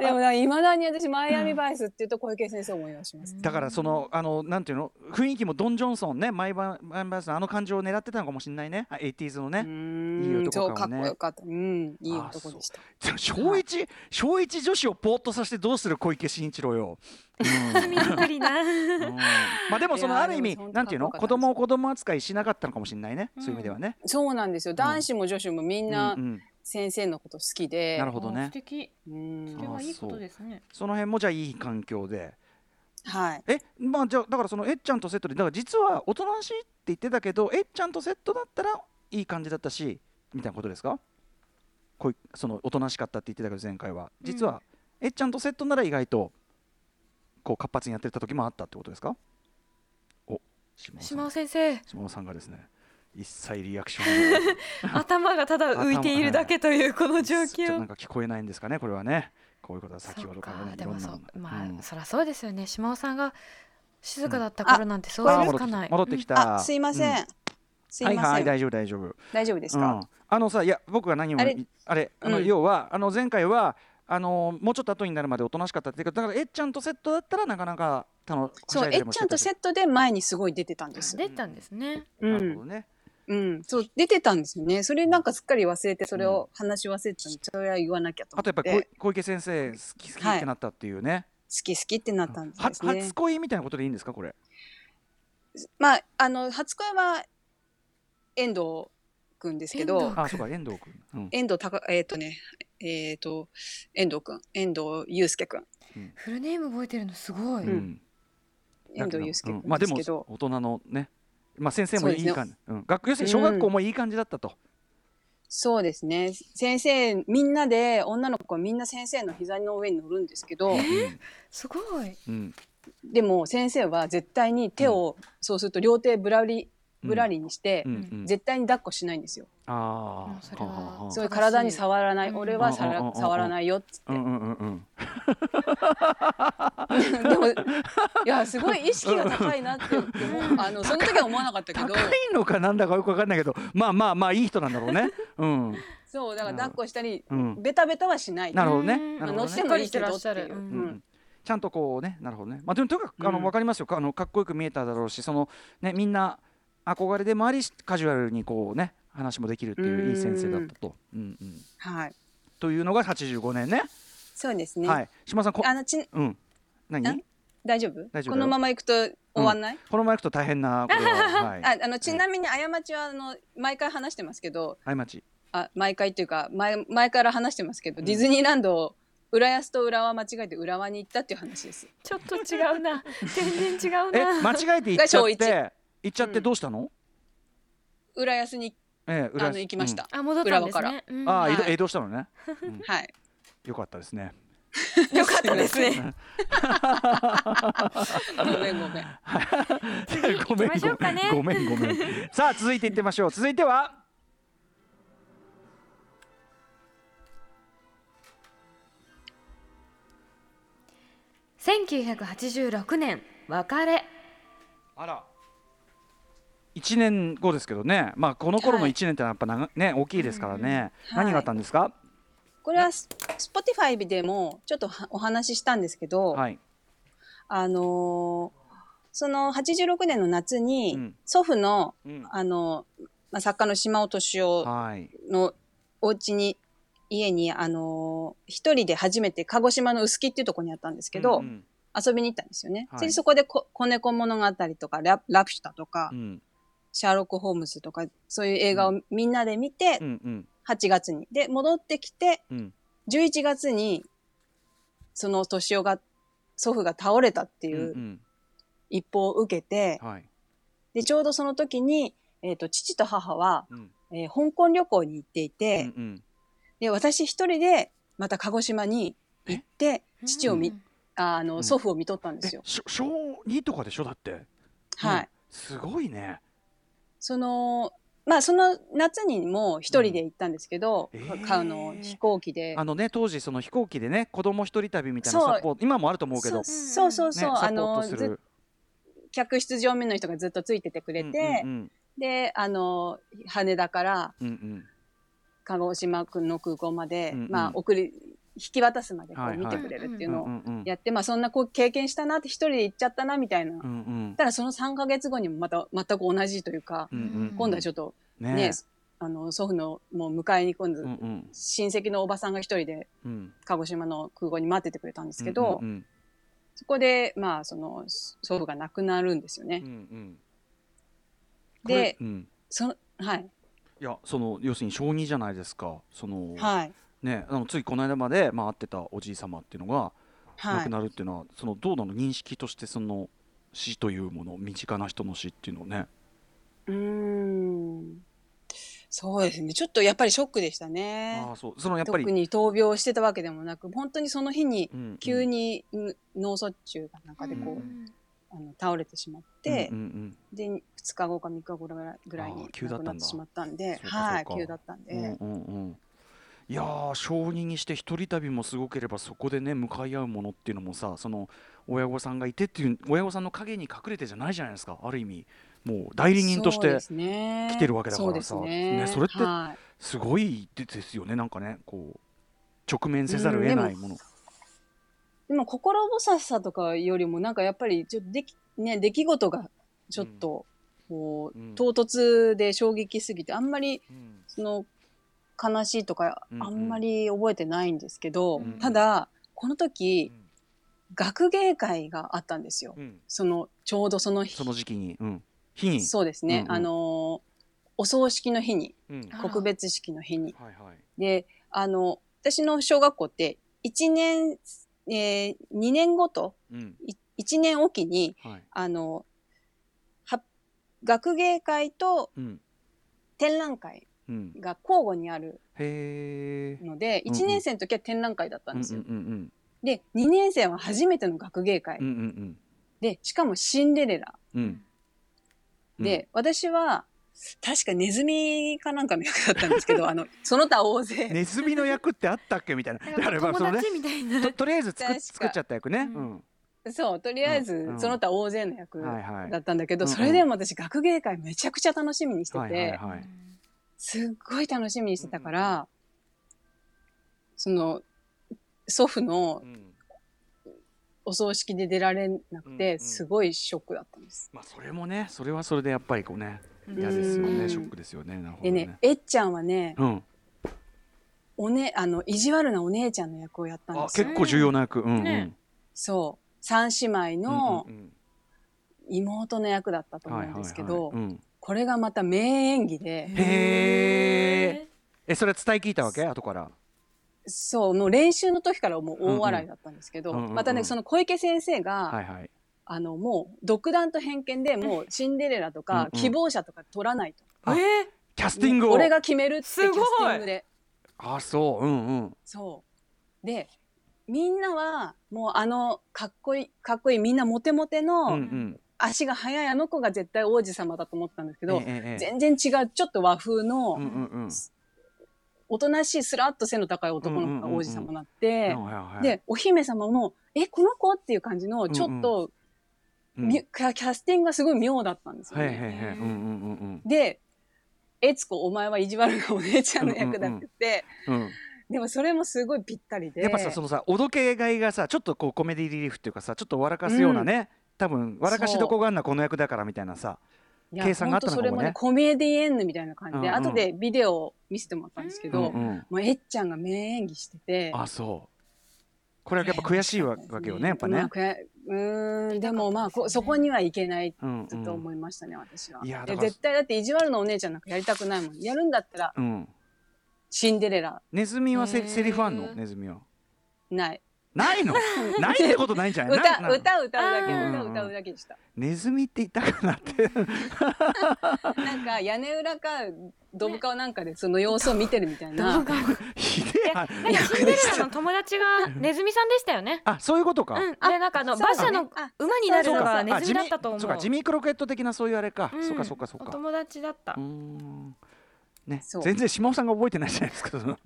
Speaker 4: でもいまだに私マイアミバイスっていうと小池先生を思い出します、
Speaker 3: だからそのあのなんていうの雰囲気もドン・ジョンソンねマイバマイアミバイスのあの感じを狙ってたのかもしれないねあ 80s の
Speaker 4: う
Speaker 3: ね、
Speaker 4: ー
Speaker 3: いい
Speaker 4: んそう
Speaker 3: 男
Speaker 4: か
Speaker 3: か
Speaker 4: っ
Speaker 3: もね
Speaker 4: こよかったうんいい男でした
Speaker 3: 小一小一女子をポーッとさせてどうする小池慎一郎よ、うん
Speaker 2: 罪作りな
Speaker 3: うんまあでもそ
Speaker 4: い
Speaker 3: の
Speaker 4: やー
Speaker 3: ある意味
Speaker 4: でも本当
Speaker 3: なんていうの
Speaker 4: かっこ
Speaker 3: 子
Speaker 4: よかったです
Speaker 3: 供を子供扱いしなかったのかもしれないね、そういう意味ではね。
Speaker 4: そうなんですよ男子も女子もみんな
Speaker 3: うんうん
Speaker 4: 先生のこと好きで
Speaker 3: なるほど
Speaker 2: あ
Speaker 3: ね
Speaker 2: 素。敵
Speaker 4: うん
Speaker 2: それはいいことですね
Speaker 3: その辺もじゃあいい環境で。
Speaker 4: はい
Speaker 3: えまあじゃあだからそのえっちゃんとセットでだから実はおとなしいって言ってたけどえっちゃんとセットだったらいい感じだったしみたいなことですかこういそのおとなしかったって言ってたけど前回は実は、えっちゃんとセットなら意外とこう活発にやってた時もあったってことですかお島尾さ
Speaker 2: 島尾
Speaker 3: ん
Speaker 2: 先生
Speaker 3: 島尾さんがですね一切リアクションが
Speaker 2: 頭がただ浮いているだけというこの状
Speaker 3: ちょっとな
Speaker 2: 況
Speaker 3: んか聞こえないんですかねこれはねこういうことは先ほどから
Speaker 2: そう
Speaker 3: ね
Speaker 2: か
Speaker 3: い
Speaker 2: で
Speaker 3: ろ
Speaker 2: も
Speaker 3: んな
Speaker 2: そ
Speaker 3: も
Speaker 2: う
Speaker 3: の
Speaker 2: まあ、
Speaker 3: うん
Speaker 2: そりゃそうですよね島尾さんが静かだった頃なんて想
Speaker 3: あ戻
Speaker 2: 像
Speaker 3: っ
Speaker 2: つ
Speaker 3: て
Speaker 2: か
Speaker 3: き
Speaker 2: ない、
Speaker 3: 戻ってきた
Speaker 4: あすいません、
Speaker 3: う
Speaker 4: すいません、
Speaker 3: はいはい大丈夫大丈夫
Speaker 4: 大丈夫ですか、
Speaker 3: うん、あのさいや僕が何を
Speaker 4: あれ
Speaker 3: いあれあの、
Speaker 4: うん
Speaker 3: 要はあの前回はあのもうちょっと後になるまでおとなしかったっていうかだからえっちゃんとセットだったらなかなか楽
Speaker 4: そうえっちゃんとセ
Speaker 3: ッ
Speaker 4: ットで前にすごい出てたんです
Speaker 2: 出たんですね
Speaker 3: ト
Speaker 4: う
Speaker 3: なるほ
Speaker 4: ん
Speaker 3: どね、
Speaker 4: うん、そう出てたんですよねそれなんかすっかり忘れてそれを話し忘れてたんでそれは言わなきゃと
Speaker 3: あ
Speaker 4: 思っ
Speaker 3: と
Speaker 4: て
Speaker 3: やっぱり小小池先生好き好きってなったっていうね,
Speaker 4: 好き好きってな
Speaker 3: うん、
Speaker 4: ったんで
Speaker 3: は
Speaker 4: すね
Speaker 3: 初。恋みたいなことでいいんですかこれ
Speaker 4: まああの初恋は遠藤くんですけ
Speaker 2: 遠
Speaker 4: ど
Speaker 2: 藤、
Speaker 3: あそうか遠藤君、うん、
Speaker 4: 遠藤たかえっ、とねえっ、と遠藤くん遠藤祐介くん
Speaker 2: フルネーム覚えてるのすごい、
Speaker 3: う
Speaker 4: うん
Speaker 3: ん
Speaker 4: 遠藤祐介
Speaker 3: う
Speaker 4: く
Speaker 3: ん
Speaker 4: ん
Speaker 3: まあで
Speaker 4: です
Speaker 3: も
Speaker 4: けど、
Speaker 3: 大人のねまあ先生も
Speaker 4: そう
Speaker 3: い
Speaker 4: で
Speaker 3: い
Speaker 4: すね
Speaker 3: 感じ、うん、学要するに小学校もいい感じだったと、
Speaker 4: そうですね先生みんなで女の子はみんな先生の膝の上に乗るんですけど
Speaker 2: すごい
Speaker 3: うん
Speaker 4: でも先生は絶対に手を、そうすると両手ぶらり
Speaker 3: うん
Speaker 4: ぶらりにして、
Speaker 3: うんうん
Speaker 4: 絶対に抱っこしないんですよ。
Speaker 3: あ
Speaker 2: も
Speaker 3: あ
Speaker 2: うそれはうん
Speaker 4: そういう体に触らない、
Speaker 2: うん
Speaker 4: 俺はさら
Speaker 3: うんうんうんうん
Speaker 4: 触らないよっつ
Speaker 3: うんうんうんうん
Speaker 4: って。 でも、いや、すごい意識が高いなって思って
Speaker 2: うん
Speaker 4: あの、その時は思わなかったけど
Speaker 3: 高、いのかなんだかよくわかんないけどまあまあまあいい人なんだろう ねうん
Speaker 4: そう、だから抱っこしたり、
Speaker 3: うん
Speaker 4: ベタベタはしない。
Speaker 3: なるほどね
Speaker 2: うん
Speaker 3: なるほどね
Speaker 4: 乗せて
Speaker 2: しっか
Speaker 4: もい
Speaker 2: り
Speaker 4: い
Speaker 2: して
Speaker 4: け
Speaker 2: ら
Speaker 4: ど
Speaker 2: っ
Speaker 4: っ
Speaker 2: してゃる
Speaker 4: いう。
Speaker 2: うん
Speaker 4: う
Speaker 3: うん
Speaker 4: ん
Speaker 3: ちゃんとこうねなるほどねまあでもとにかくあの
Speaker 4: うん
Speaker 3: わかりますよあのかっこよく見えただろうしそのねみんな憧れでもありカジュアルにこうね話もできるっていういい先生だったとうんうん
Speaker 4: はい。
Speaker 3: というのが85年ね
Speaker 4: そうですね。
Speaker 3: はい島さんこ
Speaker 4: あのち
Speaker 3: うん何
Speaker 4: ん大丈夫
Speaker 3: 大丈夫
Speaker 4: このまま行くと終わんない、
Speaker 3: このままいくと大変なこ れははい
Speaker 4: ああのちなみに過ちはあの毎回話してますけど
Speaker 3: 過ち
Speaker 4: あ毎回っていうか前前から話してますけど、
Speaker 3: うん
Speaker 4: ディズニーランドを浦安と浦和間違えて浦和に行ったっていう話です。
Speaker 2: ちょっと違う な全然違う
Speaker 3: え
Speaker 2: な
Speaker 3: 間違えて行っ ちゃっ
Speaker 4: が小
Speaker 3: て行っちゃってどうしたの
Speaker 4: 浦安に
Speaker 3: ええ
Speaker 4: あ
Speaker 3: 浦安
Speaker 4: の行きまし
Speaker 3: う
Speaker 4: た。
Speaker 2: あ戻ったんです
Speaker 4: 裏
Speaker 2: ね、うん
Speaker 3: んああ移動
Speaker 4: はい
Speaker 3: 移動したのねうん
Speaker 4: はい。
Speaker 3: よかったです ね
Speaker 2: よかったですね
Speaker 4: ごめんごめん。
Speaker 3: ごめん
Speaker 2: 行きましょうかね
Speaker 3: ごめんごめんごめ んさあ続いていってみましょう続いては
Speaker 2: 1986年別れ
Speaker 3: あら1年後ですけどねまあこの頃の
Speaker 4: はい
Speaker 3: 1年ってのはやっぱ長ね大きいですからね、
Speaker 4: うんうん
Speaker 3: 何があったんですか
Speaker 4: これはス Spotify でもちょっとはお話ししたんですけど、
Speaker 3: はい、
Speaker 4: あのーその86年の夏に、
Speaker 3: うん
Speaker 4: 祖父の
Speaker 3: うん
Speaker 4: あの、まあ、作家の島尾敏夫
Speaker 3: はい
Speaker 4: のお家に家にあのー一人で初めて鹿児島の臼杵っていうところにあったんですけど、
Speaker 3: うんうん
Speaker 4: 遊びに行ったんですよね。
Speaker 3: はい
Speaker 4: それでそこでこ子猫物語とかララピュタとか、
Speaker 3: うん
Speaker 4: シャーロック・ホームズとかそういう映画をみんなで見て、
Speaker 3: うんうん
Speaker 4: 8月に。で戻ってきて
Speaker 3: うん
Speaker 4: 11月にその年夫が祖父が倒れたって
Speaker 3: う
Speaker 4: い
Speaker 3: んう
Speaker 4: ううん一報を受けて、
Speaker 3: はい
Speaker 4: でちょうどその時に、えー、と父と母は、
Speaker 3: うん
Speaker 4: えー香港旅行に行っていうて、
Speaker 3: んうん
Speaker 4: で私一人でまた鹿児島に行って父を見、
Speaker 2: うん
Speaker 4: あの、
Speaker 3: うん
Speaker 4: 祖父を見とったんです
Speaker 3: え
Speaker 4: よ。
Speaker 3: しょ小2とかでしょだって
Speaker 4: はい、
Speaker 3: すごいね
Speaker 4: そのまあその夏にも一人で行ったんですけど、
Speaker 3: うんえー
Speaker 4: かあの飛行機で
Speaker 3: あのね当時その飛行機でね子供一人旅みたいな
Speaker 4: そう
Speaker 3: サポート今もあると思うけど
Speaker 4: そそうそうそう、
Speaker 3: ね、サポ
Speaker 4: あ
Speaker 3: ー
Speaker 4: の
Speaker 3: トす
Speaker 4: ず
Speaker 3: る
Speaker 4: 客室乗務員の人がずっとついててくれて、
Speaker 3: うん
Speaker 4: であの羽田から
Speaker 3: うんうんうん
Speaker 4: 鹿児島の空港まで、
Speaker 3: うんうん
Speaker 4: まあ送り引き渡すまでこ
Speaker 3: は
Speaker 4: う
Speaker 3: い
Speaker 4: 見
Speaker 3: はい
Speaker 4: てくれるっていう
Speaker 3: うん
Speaker 4: の
Speaker 3: う
Speaker 4: を
Speaker 3: んうん
Speaker 4: やって、まあそんなこう経験したなって一人で行っちゃったなみたいな。
Speaker 3: うんうん
Speaker 4: ただその3ヶ月後にもまた全く同じというか、
Speaker 3: うんうん
Speaker 4: 今度はちょっと
Speaker 3: ね
Speaker 4: ねあの祖父のもう迎えに今度、
Speaker 3: うんうん
Speaker 4: 親戚のおばさんが一人で
Speaker 3: うん
Speaker 4: 鹿児島の空港に待っててくれたんですけど、
Speaker 3: うんうん
Speaker 4: そこでまあその祖父が亡くなるんですよね。
Speaker 3: うんうんこれ
Speaker 4: で
Speaker 3: うん
Speaker 4: そのはい
Speaker 3: いやその要するに小児じゃないですかその、
Speaker 4: はい
Speaker 3: ねあのついこの間まで、まあ、会ってたおじい様っていうのが亡
Speaker 4: は
Speaker 3: く
Speaker 4: い。
Speaker 3: なるっていうのは、そのどうなの認識としてその死というもの身近な人の死っていうのをね
Speaker 4: うーんそうですねちょっとやっぱりショックでしたね
Speaker 3: あ。あそうそのやっぱり
Speaker 4: 特に闘病してたわけでもなく本当にその日に
Speaker 3: うんうん
Speaker 4: 急にん脳卒中かなんかで
Speaker 2: うん
Speaker 4: こう、
Speaker 2: うん
Speaker 4: あの倒れてしまって、
Speaker 3: うんうん
Speaker 4: で2日後か3日後ぐらいぐらい
Speaker 3: あ
Speaker 4: に
Speaker 3: ー急だ
Speaker 4: 亡
Speaker 3: った
Speaker 4: くなん
Speaker 3: だ
Speaker 4: ってしまったんで
Speaker 3: そうか
Speaker 4: はい
Speaker 3: そうか
Speaker 4: 急だったんで、
Speaker 3: うんうんうんうんいやー小児にして一人旅もすごければそこでね向かい合うものっていうのもさその親御さんがいてっていう親御さんの陰に隠れてじゃないじゃないですかある意味もう代理人として
Speaker 4: 来
Speaker 3: 来てるわけだからさ
Speaker 4: そうですね
Speaker 3: ねそれって
Speaker 4: は
Speaker 3: すごいでですよねなんかねこう直面せざるを得ないもの、
Speaker 4: いでも心細さとかよりもなんかやっぱりちょっとでき、ね、出来事がちょっとこう、
Speaker 3: うん
Speaker 4: 唐突で衝撃すぎてあんまり
Speaker 3: うん
Speaker 4: その悲しいとか
Speaker 3: うんうん
Speaker 4: あんまり覚えてないんですけど、
Speaker 2: うんうん
Speaker 4: ただこの時
Speaker 3: うん
Speaker 4: 学芸会があったんですよ
Speaker 3: うん
Speaker 4: そのちょうどその日
Speaker 3: その時期に、うん、日に
Speaker 4: そうですね、
Speaker 3: うんうん
Speaker 4: あのお葬式の日に
Speaker 3: うん
Speaker 2: あー
Speaker 4: 告別式の日に
Speaker 3: はいはい
Speaker 4: であの私の小学校って1年、えー、2年ごと
Speaker 3: うん
Speaker 4: 1年おきに
Speaker 3: はい
Speaker 4: あのは学芸会と
Speaker 3: うん
Speaker 4: 展覧会
Speaker 3: うん
Speaker 4: が交互にある
Speaker 3: へえ
Speaker 4: ので
Speaker 3: うんうん
Speaker 4: 1年生の時は展覧会だった
Speaker 3: うんん
Speaker 4: です
Speaker 3: うん
Speaker 4: よ。
Speaker 3: うん
Speaker 4: で2年生は初めての学芸会、
Speaker 3: うんうんうん
Speaker 4: でしかもシンデレラ
Speaker 3: うん
Speaker 4: で、私は、確かネズミかなんかの役だったんですけ ど、あの、その他大勢。
Speaker 3: ネズミの役ってあったっけみたいな。
Speaker 2: だから
Speaker 3: まあ
Speaker 2: 友
Speaker 3: そのね
Speaker 2: 達みたいな。
Speaker 3: ととりあえず作
Speaker 4: 確
Speaker 3: っ
Speaker 4: か
Speaker 3: 作っちゃった役ね。
Speaker 2: う
Speaker 3: うんん
Speaker 4: そう、とりあえず
Speaker 3: う、ん
Speaker 4: その他大勢の役
Speaker 3: はいはい。
Speaker 4: だったんだけど、
Speaker 3: うんうん
Speaker 4: それでも私、学芸会めちゃくちゃ楽しみにしてて、
Speaker 3: はいはいはい。
Speaker 4: すっごい楽しみにしてたから、その、祖父の
Speaker 3: うん
Speaker 4: お葬式で出られなく
Speaker 3: うんう
Speaker 4: て、
Speaker 3: ん
Speaker 4: すごいショックだったんです。
Speaker 3: まあそれもね、それはそれでやっぱりこうね、
Speaker 2: うん
Speaker 3: 嫌ですよ
Speaker 4: う
Speaker 3: ね、
Speaker 4: ん
Speaker 3: ショックですよね。なるほ
Speaker 4: で
Speaker 3: ど
Speaker 4: ね
Speaker 3: ね、。
Speaker 4: えっちゃんはね、
Speaker 3: うん。
Speaker 4: おね、あの、意地悪なお姉ちゃんの役をやったん
Speaker 3: あ
Speaker 4: ですよ。
Speaker 3: 結構重要な役。うんうん。
Speaker 2: ね
Speaker 4: そう。三姉妹の
Speaker 3: うんうん
Speaker 4: 妹の役だったと
Speaker 3: うん
Speaker 4: 思
Speaker 3: は
Speaker 4: う
Speaker 3: いはいは
Speaker 4: ん
Speaker 3: い
Speaker 4: ですけど
Speaker 3: う、ん
Speaker 4: これがまた名演技で、
Speaker 3: へえ、それは伝え聞いたわけ後から。
Speaker 4: そう、もう練習の時からもう大笑いだったんですけど、
Speaker 3: うんうん
Speaker 4: また
Speaker 3: うんう
Speaker 4: ね、
Speaker 3: ん
Speaker 4: その小池先生が、
Speaker 3: はいはい。
Speaker 4: あの、もう独断と偏見でもうシンデレラとか
Speaker 3: うんうん
Speaker 4: 希望者とか取らないと。
Speaker 3: あ
Speaker 2: えー
Speaker 3: キャスティングを。
Speaker 4: 俺が決めるってキャステ
Speaker 2: すごい
Speaker 4: ィングで。
Speaker 3: あそう。うんうん。
Speaker 4: そう。で、みんなはもうあの、かっこいい、かっこいい、みんなモテモテ
Speaker 3: うんう
Speaker 4: の
Speaker 3: ん。
Speaker 4: 足が速いあの子が絶対王子様だと思ったんです
Speaker 3: え
Speaker 4: けど、
Speaker 3: えええ
Speaker 4: 全然違う、ちょっと和風
Speaker 3: うん
Speaker 4: の、
Speaker 3: うんうん。
Speaker 4: おとなしい、スラッと背の高い男の子が王子様になって、
Speaker 3: はいはいはい、
Speaker 4: で、お姫様も、え、この子っていう感じの、ちょっと、
Speaker 3: うん、
Speaker 4: みキャキャスティングがすごい妙だったんですよ
Speaker 3: はい
Speaker 4: ね。
Speaker 3: はいはい。うんうんうん
Speaker 4: で、えつこお前は意地悪なお姉ちゃんの役だって言って、
Speaker 3: うん。うん
Speaker 4: でもそれもすごいぴったりで。
Speaker 3: やっぱさそのさおどけがいがさちょっとこうコメディリリーフっていうかさちょっと笑かすようなね、多分笑かしどこがあんなこの役だからみたいなさ
Speaker 4: いや
Speaker 3: 計算があったのかもね
Speaker 4: ほんとそれもね、コメディエンヌみたいな感じで、
Speaker 3: うんうん
Speaker 4: 後でビデオを見せてもらったんですけ
Speaker 3: う
Speaker 4: ど、
Speaker 3: んうん
Speaker 4: もうえっちゃんが名演技してて。
Speaker 3: あそうこれはやっぱ悔しいわわけよねやっぱね
Speaker 4: まあ、、悔うーん、でもまあこ、そこにはいけない
Speaker 3: うんう
Speaker 4: と
Speaker 3: ん
Speaker 4: 思いましたね、私は。
Speaker 3: いやだ
Speaker 4: で
Speaker 3: から
Speaker 4: 絶対だって意地悪なお姉ちゃんなんかやりたくないもん。やるんだったら、
Speaker 3: うん、
Speaker 4: シンデレラ、
Speaker 3: ネズミはせ
Speaker 2: へー
Speaker 3: セリフあんのネズミは
Speaker 4: ない。
Speaker 3: ない のないってことないんじゃない
Speaker 4: 歌
Speaker 3: ない、ない
Speaker 4: 歌、歌うだけ、
Speaker 2: あー
Speaker 4: 歌、歌うだけでした。
Speaker 3: ネズミって言ったかなって
Speaker 4: なんか屋根裏かドブかなんかでその様子を見てるみたい
Speaker 2: ど
Speaker 4: な
Speaker 2: う。か。
Speaker 3: ひでえ
Speaker 2: なん
Speaker 3: 話
Speaker 2: かシンデレラ の友達がネズミさんでしたよね。
Speaker 3: あそういうことか、
Speaker 2: うん。でなんかあの
Speaker 4: そう
Speaker 2: 馬
Speaker 4: だ
Speaker 2: 車
Speaker 4: ね
Speaker 2: の
Speaker 4: あ
Speaker 2: 馬になる
Speaker 3: そう
Speaker 2: の
Speaker 3: か
Speaker 2: がネズミだったと思う。
Speaker 3: そうかジミークロケット的なそういうあれか、
Speaker 2: うん
Speaker 3: そうかそうかそう
Speaker 2: お
Speaker 3: か
Speaker 2: 友達だった
Speaker 3: うー。んね
Speaker 4: そう
Speaker 3: 全然島尾さんが覚えてないじゃないですかその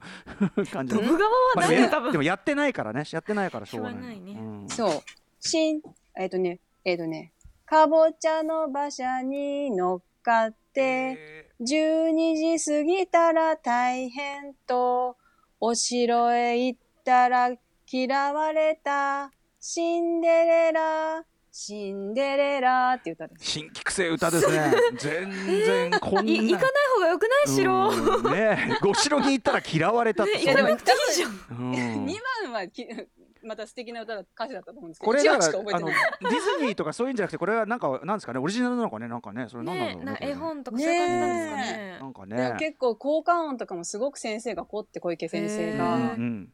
Speaker 3: 感じ
Speaker 2: ド
Speaker 3: の
Speaker 2: ブ川は
Speaker 3: まあ
Speaker 2: ない
Speaker 3: や
Speaker 2: よ多
Speaker 3: で
Speaker 2: 分。
Speaker 3: もやってないからねやってないからしょうがない
Speaker 2: しょうがないね
Speaker 3: うん
Speaker 4: そう。しん、えっ、とね、えっ、とね、かぼちゃの馬車に乗っかって、12時過ぎたら大変と、お城へ行ったら嫌われた、シンデレラ、シンデレラっていう歌です。
Speaker 3: 新規癖歌ですね全然こんな、
Speaker 2: い行かない方が良くない城。ね
Speaker 3: うんねえご城に行ったら嫌われたって、
Speaker 2: 行か
Speaker 4: で
Speaker 2: な
Speaker 4: も
Speaker 2: くていいじゃん。
Speaker 3: うん
Speaker 4: 2番はき、また素敵な歌だ、歌詞だったと思うんですけ
Speaker 3: こ
Speaker 4: ど、
Speaker 3: れ
Speaker 4: 一
Speaker 3: だ
Speaker 4: 番
Speaker 3: から
Speaker 4: しか
Speaker 3: あ
Speaker 4: 覚えて
Speaker 3: の
Speaker 4: な
Speaker 3: デ
Speaker 4: い。
Speaker 3: ィズニーとかそういうんじゃなくてこれはなんかなんですかねオリジナルなのかねなんかねそれなんな
Speaker 2: ね
Speaker 3: んだろうね
Speaker 2: な
Speaker 3: これね
Speaker 2: 絵本とかそういう感じなんですかね
Speaker 3: な。んか
Speaker 4: で
Speaker 3: ね
Speaker 4: も結構効果音とかもすごく先生が凝って小池先生
Speaker 3: う
Speaker 4: が、
Speaker 3: んうん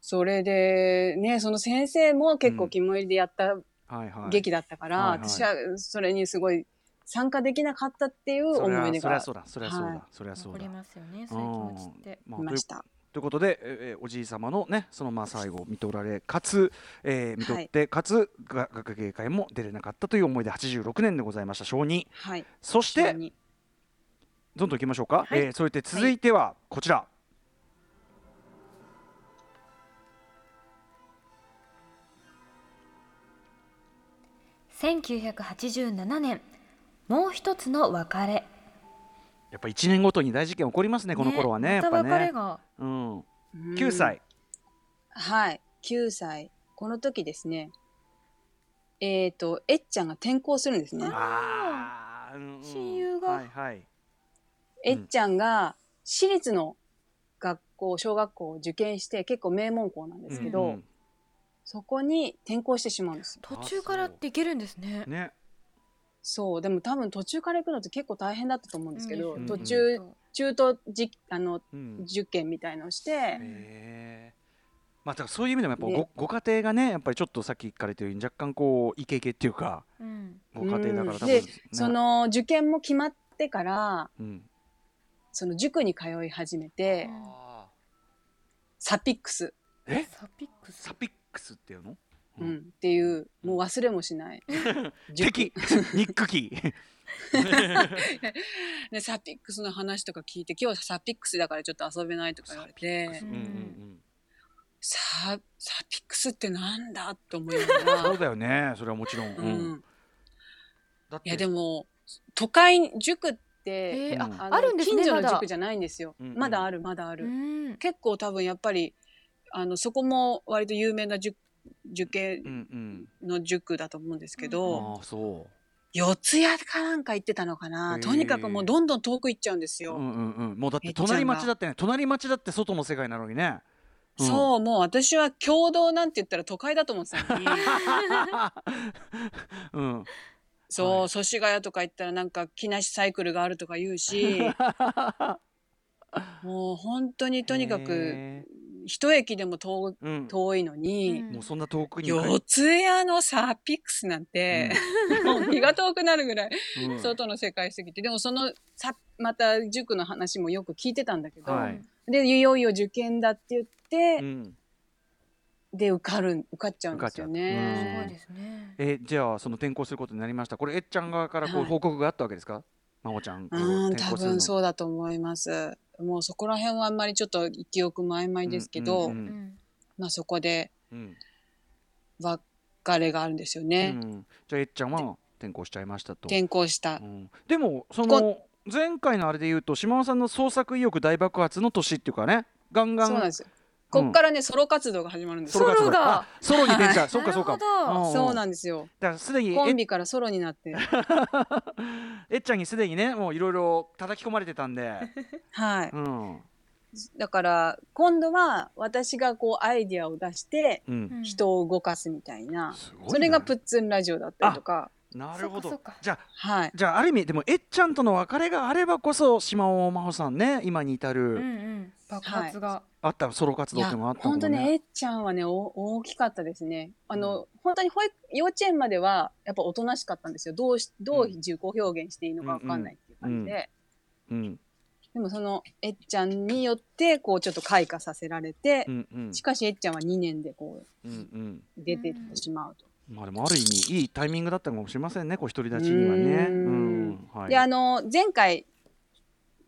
Speaker 4: それでねその先生も結構肝入りでやっ
Speaker 3: は
Speaker 4: た
Speaker 3: いはい
Speaker 4: 劇だったから、
Speaker 3: はいはい
Speaker 4: 私はそれにすごい参加できなかったっていう思い出
Speaker 3: そりゃ
Speaker 4: が
Speaker 3: そうだそりゃそうだ、
Speaker 4: はい
Speaker 3: そりゃそう
Speaker 2: 残
Speaker 3: だ
Speaker 2: りますよねそういう気持ちって。
Speaker 3: まあ
Speaker 4: いました。
Speaker 3: ということで、えーえーおじい様のねそのまあ最後を見とられかつ、えー見とって、かつが学芸会も出れなかったという思いで86年でございました小2
Speaker 4: はい。
Speaker 3: そし
Speaker 4: 急
Speaker 3: て
Speaker 4: に
Speaker 3: どんどんいきましょうか、
Speaker 2: はい
Speaker 3: えーそれで続いてはこちら、
Speaker 2: 1987年もう一つの別れ。
Speaker 3: やっぱ1年ごとに大事件起こりますねこの頃はねやっぱ
Speaker 2: また別れ
Speaker 3: ね、
Speaker 2: が。
Speaker 3: うん、
Speaker 4: うん
Speaker 3: 9歳、
Speaker 4: はい。9歳。この時ですね。えっ、と、えっちゃんが転校するんですね。
Speaker 3: ああー、うん
Speaker 2: 親友が
Speaker 3: はいはい
Speaker 4: えっちゃんが私立の学校、小学校を受験して結構名門校なんですけど、
Speaker 3: うん
Speaker 4: そこに転校してしまうんですよ。
Speaker 2: 途中からっていけるんですね
Speaker 3: うん。ね
Speaker 4: そう、でも多分途中から行くのって結構大変だったと思うんですけど、
Speaker 3: うん
Speaker 4: 途中、中途じあの、
Speaker 3: うん
Speaker 4: 受験みたいのをして、
Speaker 3: へえまあ、だからそういう意味でもやっぱ
Speaker 4: ね
Speaker 3: ごご家庭がねやっぱりちょっとさっきから言ったように若干こうイケイケっていうか
Speaker 2: うん。
Speaker 3: ご家庭だから多分、
Speaker 4: で
Speaker 3: ね
Speaker 4: その受験も決まってから、
Speaker 3: うん、
Speaker 4: その塾に通い始めて、
Speaker 2: うん
Speaker 4: サピックス。
Speaker 3: え
Speaker 2: サピックス
Speaker 3: サ。ピックスっていうの、う
Speaker 4: うんん、っていうもう忘れもしない。
Speaker 3: 敵 ニックキー
Speaker 4: でサピックスの話とか聞いて今日サピックスだからちょっと遊べないとか言われて
Speaker 3: うんうんうん
Speaker 4: ササピックスってなんだと思いなが
Speaker 3: そ
Speaker 4: ら
Speaker 3: う、だよねそれはもちろん、う
Speaker 4: う
Speaker 3: ん
Speaker 4: ん、
Speaker 3: だって
Speaker 4: いやでも都会塾って、
Speaker 2: えー
Speaker 3: うん
Speaker 2: あ
Speaker 4: の
Speaker 2: あるんですね
Speaker 4: 近所
Speaker 2: ま
Speaker 4: の
Speaker 2: だ
Speaker 4: 塾じゃないんですよ、
Speaker 3: うんうん
Speaker 4: まだあるまだある、
Speaker 2: うん
Speaker 4: 結構多分やっぱりあのそこも割と有名な塾受験
Speaker 3: うんうん
Speaker 4: の塾だと思うんですけ
Speaker 2: う
Speaker 4: ど、
Speaker 3: ああそ
Speaker 4: 四谷かなんか行ってたのかな、
Speaker 3: へー
Speaker 4: とにかくもうどんどん遠く行っちゃうんです
Speaker 3: う
Speaker 4: よ、
Speaker 3: うんうんうんもうだって
Speaker 4: めっちゃ
Speaker 3: 隣町だってね隣町だって外の世界なのにね、うん
Speaker 4: そうもう私は共同なんて言ったら都会だと思ってたのに
Speaker 3: うん
Speaker 4: そ
Speaker 3: は
Speaker 4: う祖師ヶ谷とか行ったらなんか木梨サイクルがあるとか言 うしもう本当にとにかく
Speaker 3: へー
Speaker 4: 一駅でも遠
Speaker 3: うん
Speaker 4: 遠いのに、
Speaker 2: うん
Speaker 3: もうそんな遠くに
Speaker 4: 四谷のサピックスなんて、もう気が遠くなるぐらい
Speaker 3: うんうん
Speaker 4: 外の世界すぎてでもそのさまた塾の話もよく聞いてたんだけど、
Speaker 3: はい
Speaker 4: でいよいよ受験だって言って、
Speaker 3: うん
Speaker 4: で受かる受かっちゃうんです
Speaker 3: 受かっちゃう
Speaker 4: よ
Speaker 2: すご
Speaker 3: う
Speaker 2: い
Speaker 4: ね。
Speaker 2: ですね。
Speaker 3: えじゃあその転校することになりましたこれえっちゃん側からこう
Speaker 4: はい
Speaker 3: 報告があったわけですか、まほちゃんこ
Speaker 4: う、
Speaker 3: うん転
Speaker 4: 多
Speaker 3: 校するの
Speaker 4: 分そうだと思います。もうそこら辺はあんまりちょっと記憶も曖昧ですけど、
Speaker 3: うん
Speaker 2: うん
Speaker 4: まあそこで
Speaker 3: うん
Speaker 4: 別れがあるんですよ
Speaker 3: う
Speaker 4: ね。
Speaker 3: ん、じゃあえっちゃんは転校しちゃいましたと、
Speaker 4: 転校した
Speaker 3: う。ん、でもその前回のあれで言うと島尾さんの創作意欲大爆発の年っていうかねガンガ
Speaker 4: そうなんで
Speaker 3: ン
Speaker 4: す。こっからね、ソロ活動が始まるんです
Speaker 3: ソロ
Speaker 4: よ。
Speaker 3: 活動
Speaker 2: ソロが
Speaker 3: あソロに転車
Speaker 4: は
Speaker 3: そうかそうか
Speaker 2: なるほど
Speaker 3: うん
Speaker 4: そう
Speaker 3: だ
Speaker 4: なんですよ。
Speaker 3: からすでに
Speaker 4: コ
Speaker 3: え
Speaker 4: ンビからソロにな って。
Speaker 3: えっちゃんにす でにねもういろいろ叩き込まれてたんで、
Speaker 4: はい。
Speaker 3: うん
Speaker 4: だから今度は私がこうアイディアを出して
Speaker 3: うん、
Speaker 4: 人を動かすみたいな、
Speaker 3: すごいね
Speaker 4: それがプッツンラジオだったりとか、
Speaker 3: なるほ
Speaker 2: そ
Speaker 3: ど
Speaker 2: っかそっか
Speaker 3: じゃあ
Speaker 4: はい。
Speaker 3: じゃあある意味でもえっちゃんとの別れがあればこそ島尾真帆さんね今に至る、
Speaker 2: うんうん爆発が。
Speaker 3: あったソロ活
Speaker 4: い
Speaker 3: 動っ
Speaker 4: や
Speaker 3: ていうのがあった
Speaker 4: 本当
Speaker 3: もん
Speaker 4: ねえ
Speaker 3: ね。
Speaker 4: っちゃんはねお大きかったですねあの、本当に保育幼稚園まではやっぱおとなしかったんですよどうしどう自己表現していいのかわかんないっていう感じで、
Speaker 3: うん
Speaker 4: でもそのえっちゃんによってこうちょっと開花させられて
Speaker 3: う、んうん
Speaker 4: しかしえっちゃんは2年でこ
Speaker 3: うんうん。
Speaker 4: う出てってしまうと。
Speaker 3: まあでもある意味いいタイミングだったのかもしれませんね。こう独り立ちにはね。う
Speaker 4: うんん
Speaker 3: はい。
Speaker 4: であの前回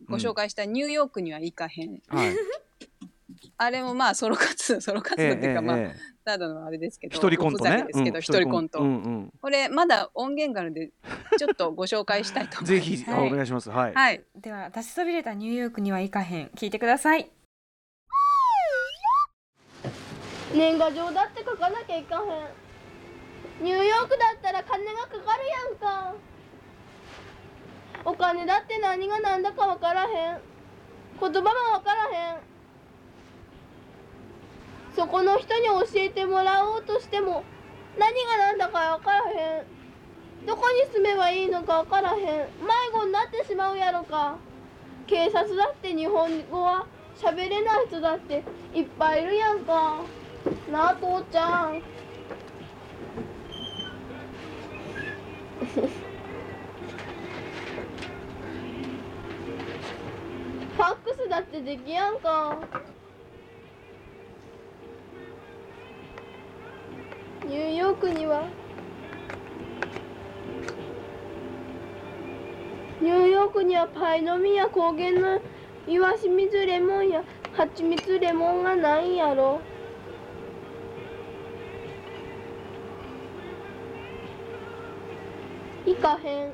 Speaker 4: ご紹
Speaker 3: 介。
Speaker 4: 介したニューヨークには行かへん、
Speaker 3: はい。
Speaker 4: あれもまあソロ活動ソロ活動っていうかまあ、
Speaker 3: ええええ
Speaker 4: ただのあれですけど
Speaker 3: 一人コント
Speaker 4: おふざ
Speaker 3: ね
Speaker 4: け。ですけ
Speaker 3: う
Speaker 4: ど、
Speaker 3: ん
Speaker 4: 一人コント、
Speaker 3: うんうん
Speaker 4: これまだ音源があるんでちょっとご紹介したいと思います。
Speaker 3: ぜひあ
Speaker 2: はい
Speaker 3: お願いします。はい。
Speaker 4: はい。
Speaker 2: では出しそびれたニューヨークには行かへん聞いてください。
Speaker 1: 年賀状だって書かなきゃいかへんニューヨークだったら金がかかるやんかお金だって何が何だか分からへん言葉も分からへんそこの人に教えてもらおうとしても何が何だか分からへんどこに住めばいいのか分からへん迷子になってしまうやろか警察だって日本語は喋れない人だっていっぱいいるやんかなあ父ちゃん ファックスだってできやんかニューヨークにはニューヨークにはパイの実や高原のイワシ水レモンや蜂蜜レモンがないんやろいかへん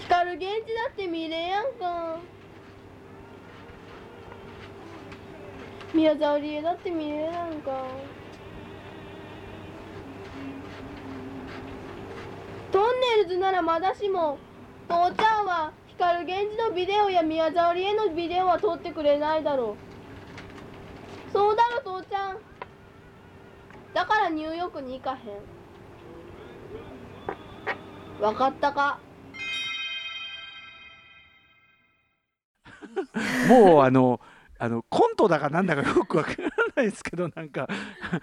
Speaker 1: 光る現地だって見れやんか宮沢りえだって見れやんかトンネルズならまだしも父ちゃんは光源氏のビデオや宮沢りえのビデオは撮ってくれないだろうそうだろ父ちゃんだからニューヨークに行かへんわかったか
Speaker 3: もうあのあのコントだかなんだかよくわからないですけどなんか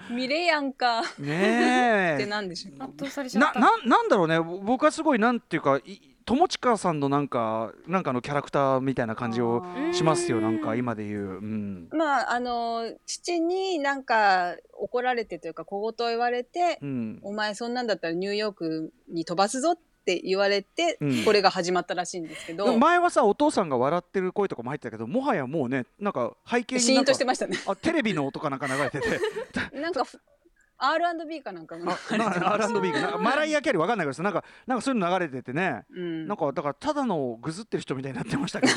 Speaker 4: 見れやんかっ
Speaker 3: ね
Speaker 4: て
Speaker 3: え
Speaker 4: なんでしょうね
Speaker 2: 圧倒されちゃ
Speaker 3: な
Speaker 2: った
Speaker 3: ななんだろうねぼ僕はすごいなんていうかい友近さんのなんかなんかのキャラクターみたいな感じを
Speaker 4: あ
Speaker 2: うん
Speaker 4: ー
Speaker 3: しますよ
Speaker 2: うん
Speaker 3: なんか今で言う、うん
Speaker 4: まああの父になんか怒られてというか小言を言われて、
Speaker 3: うん、
Speaker 4: お前そんなんだったらニューヨークに飛ばすぞって言われて、
Speaker 3: うん
Speaker 4: これが始まったらしいんですけど、
Speaker 3: 前はさお父さんが笑ってる声とかも入ってたけどもはやもうねなんか背景
Speaker 4: シ
Speaker 3: に
Speaker 4: ー
Speaker 3: な
Speaker 4: ン
Speaker 3: ん
Speaker 4: と
Speaker 3: か
Speaker 4: してました ね
Speaker 3: あテレビの音かなんか流れて て
Speaker 4: なんか R&B かなんかが
Speaker 3: あな R&B がなマライア・キャリーわかんないけどなんかなんかそういうの流れててね
Speaker 4: うん
Speaker 3: なんかだからただのぐずってる人みたいになってま したけ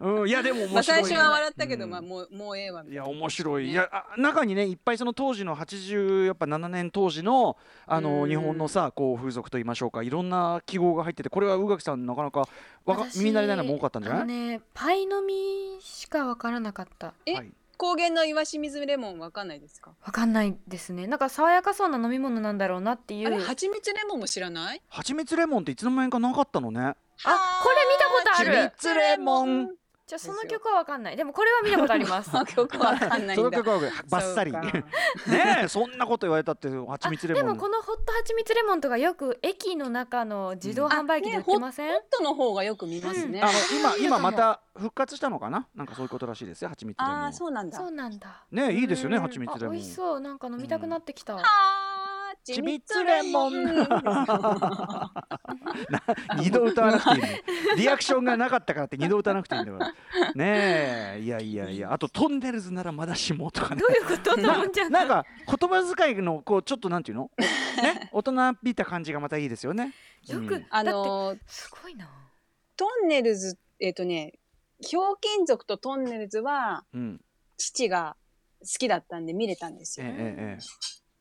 Speaker 3: ど、うん、いやでも面白い、
Speaker 4: まあ、最初は笑ったけど、
Speaker 3: うん
Speaker 4: まあもうもうええわみた
Speaker 3: い
Speaker 4: いな
Speaker 3: や面白いいやあ中にねいっぱいその当時の80やっぱ7年当時のあの
Speaker 4: うん
Speaker 3: 日本のさこう風俗といいましょうかいろんな記号が入っててこれは宇垣さんなかなかわか
Speaker 2: 私
Speaker 3: 耳慣れないのも多かったんじゃない
Speaker 2: あのねパイの実しかわからなかった
Speaker 4: え
Speaker 3: はい
Speaker 4: 高原の岩清水レモンわかんないですか、
Speaker 2: わかんないですねなんか爽やかそうな飲み物なんだろうなっていう
Speaker 4: あれ
Speaker 2: あこれ見た
Speaker 4: 蜂蜜レモンも知らない
Speaker 3: 蜂蜜レモンっていつの間にかなかったのね
Speaker 2: ことあ
Speaker 3: は
Speaker 2: る
Speaker 3: い蜜レモン
Speaker 2: じゃあその曲はわかんないでもこれは見たことありま す
Speaker 4: あ曲わかんない
Speaker 3: そ
Speaker 4: ん
Speaker 3: の
Speaker 4: だ
Speaker 3: 曲はバッサリ
Speaker 4: そう
Speaker 3: ね
Speaker 4: か
Speaker 3: えそんなこと言われたって蜂蜜レ
Speaker 2: で
Speaker 3: モ
Speaker 2: も
Speaker 3: ン
Speaker 2: このホット蜂蜜レモンとかよく駅の中の自動販売機で売ってません、
Speaker 4: あねホットの方がよく見ますね、
Speaker 3: あの今
Speaker 2: いいの
Speaker 3: 今
Speaker 2: かも
Speaker 3: また復活したのかななんかそういうことらしいですよ蜂蜜レモン
Speaker 4: あーそうなんだ
Speaker 2: そうなんだ
Speaker 3: ねえいいですよね
Speaker 2: うん
Speaker 3: 蜂蜜レ
Speaker 2: あ
Speaker 3: モ
Speaker 2: 美
Speaker 3: ン
Speaker 2: 味しそうなんか飲みたくなってきた、
Speaker 4: あー
Speaker 3: 蜂蜜レモン
Speaker 4: 蜂蜜レ
Speaker 3: な 二度歌わなくていいのリアクションがなかったからって二度歌わなくていいんだからねえいやいやいやあとトンネルズならまだしもとか ね
Speaker 2: どういうことと思っちゃう
Speaker 3: なんか言葉遣いのこうちょっとなんていう のね大人びた感じがまたいいですよね
Speaker 2: よく、
Speaker 3: うん
Speaker 4: あ
Speaker 2: だって
Speaker 4: のー
Speaker 2: すごいな
Speaker 4: トンネルズえっ、とねひょうきん族とトンネルズは
Speaker 3: うん
Speaker 4: 父が好きだったんで見れたんです
Speaker 3: え
Speaker 4: よ。
Speaker 3: ええ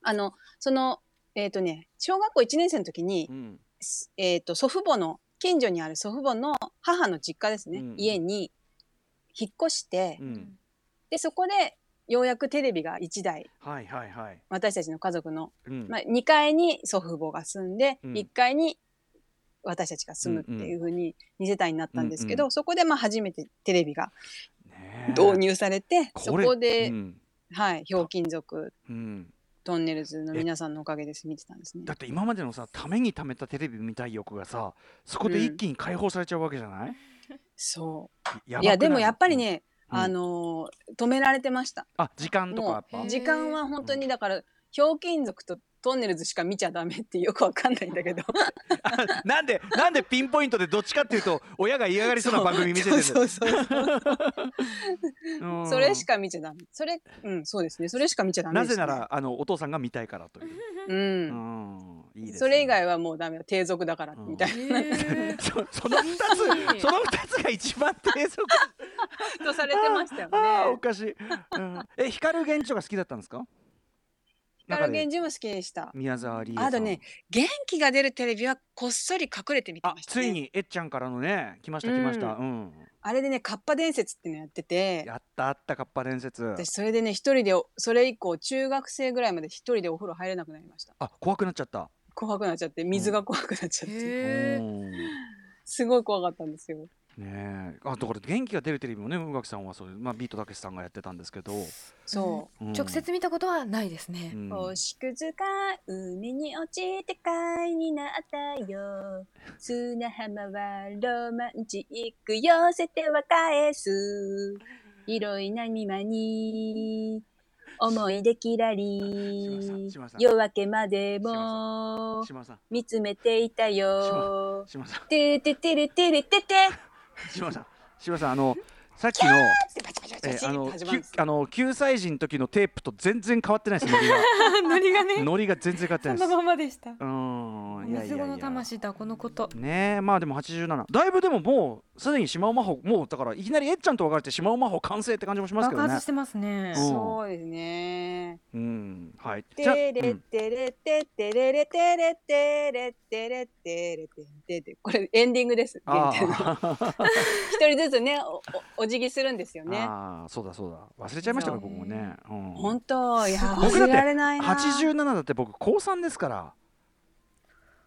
Speaker 4: あのそのえっ、とね小学校1年生の時に
Speaker 3: え、うん
Speaker 4: すえっと祖父母の近所にある祖父母の母の実家ですね、
Speaker 3: うん
Speaker 4: 家に引っ越して、
Speaker 3: うん
Speaker 4: でそこでようやくテレビが1台
Speaker 3: はいはいはい
Speaker 4: 私たちの家族の、
Speaker 3: うん
Speaker 4: まあ、2階に祖父母が住んで、
Speaker 3: うん
Speaker 4: 1階に私たちが住むっていうふうに2世帯になったんですけど、
Speaker 3: うんう
Speaker 4: そこでまあ初めてテレビが
Speaker 3: ねえ
Speaker 4: 導入されて、そ
Speaker 3: れ
Speaker 4: こで、
Speaker 3: うん
Speaker 4: はい、ひょうきん族
Speaker 3: うん
Speaker 4: トンネルズの皆さんのおかげです見てたんですね
Speaker 3: だっ。て今までのさためにためたテレビ見たい欲がさそこで一気に解放されちゃうわけじゃない、
Speaker 4: そ
Speaker 3: やば
Speaker 4: う
Speaker 3: く
Speaker 4: い
Speaker 3: な
Speaker 4: やでもやっぱりね、
Speaker 3: うん
Speaker 4: あのー止められてました。
Speaker 3: あ時間とかやっ
Speaker 2: も
Speaker 3: ぱ
Speaker 2: う
Speaker 4: 時間は本当にだからひょうきん族とトンネルズしか見ちゃダメってよくわかんないんだけど
Speaker 3: あ なんでなんでピンポイントでどっちかっていうと親が嫌がりそうな番組見せてる
Speaker 4: そうそうそうそう
Speaker 3: うん
Speaker 4: それしか見ちゃダメそれうんそうですねそれしか見ちゃダメ
Speaker 3: な
Speaker 4: で
Speaker 3: ぜ
Speaker 4: すね
Speaker 3: ならあのお父さんが見たいからという、
Speaker 4: う
Speaker 3: うんんいいですね
Speaker 4: それ以外はもうダメよ低俗だからみたいな、
Speaker 2: へ
Speaker 3: そ その二つその二つが一番低俗
Speaker 4: とされてましたよ
Speaker 3: あーお
Speaker 4: ね
Speaker 3: かしい、うん、え光源氏とか好きだったんですか
Speaker 4: 光
Speaker 3: 中で
Speaker 4: 源氏も好きでした
Speaker 3: 宮沢りえさん
Speaker 4: あとね元気が出るテレビはこっそり隠れて見て
Speaker 3: あ
Speaker 4: ました、ね、
Speaker 3: ついにえっちゃんからのね来ました
Speaker 4: うん
Speaker 3: 来ましたうん、
Speaker 4: あれでね「カッパ伝説」っていうのやってて
Speaker 3: やったあったかっぱ伝説
Speaker 4: 私それでね一人でおそれ以降中学生ぐらいまで一人でお風呂入れなくなりました
Speaker 3: あ怖くなっちゃった
Speaker 4: 怖くなっちゃって水が怖くなっちゃって、
Speaker 2: え
Speaker 3: うん
Speaker 4: すごい怖かったんですよ。
Speaker 3: ねえあだから元気が出るテレビもね宇垣さんはそれ、まあ、ビートたけしさんがやってたんですけど、
Speaker 4: そ
Speaker 3: うん
Speaker 2: 直、接見たことはないですね、
Speaker 4: う。
Speaker 3: ん
Speaker 4: 星屑が海に落ちて貝になったよ。砂浜はロマンチック寄せては返す。広い波間に思い出きら
Speaker 3: 島さん
Speaker 4: り
Speaker 3: 島さ。ん
Speaker 4: 夜明けまでも
Speaker 3: 島さん
Speaker 4: 見つめていたよ。
Speaker 3: 島さん
Speaker 4: てててれてれてて。
Speaker 3: 島さん 島さんあのさっきの
Speaker 4: パチパチパチ
Speaker 3: え
Speaker 4: パチ
Speaker 3: あ
Speaker 4: っ
Speaker 3: の
Speaker 4: て始まるん
Speaker 3: き
Speaker 4: です
Speaker 3: あの救済時の時のテープと全然変わってないですノリが
Speaker 2: ノリがね
Speaker 3: ノリが全然変わってなんい
Speaker 2: そ
Speaker 3: で
Speaker 2: な
Speaker 3: す
Speaker 2: ままでした
Speaker 3: うんいやい
Speaker 2: 水
Speaker 3: やい
Speaker 2: 後
Speaker 3: や
Speaker 2: の魂だこのこと
Speaker 3: ねえまあでも87だいぶでももうすでに島尾真帆もうだからいきなりえっちゃんと別れて島尾真帆完成って感じもしますけ
Speaker 2: 爆
Speaker 3: どね
Speaker 2: 発してますね
Speaker 3: うん
Speaker 4: そうですね。
Speaker 3: うんはい
Speaker 4: テ
Speaker 3: じゃあ
Speaker 4: レ
Speaker 3: うん
Speaker 4: テレテテレレテレテレテレテレテレテこれエンディングです。
Speaker 3: あ
Speaker 4: 限定の
Speaker 3: ー
Speaker 4: 一人ずつねおおお辞儀するんですよね。
Speaker 3: あーそうだそうだ忘れちゃいましたから
Speaker 2: そう
Speaker 3: 僕もね、うん、
Speaker 4: 本当いや
Speaker 3: 僕
Speaker 4: 忘
Speaker 3: だっ
Speaker 4: れ
Speaker 3: て
Speaker 4: られないな。
Speaker 3: 87だって僕高3ですから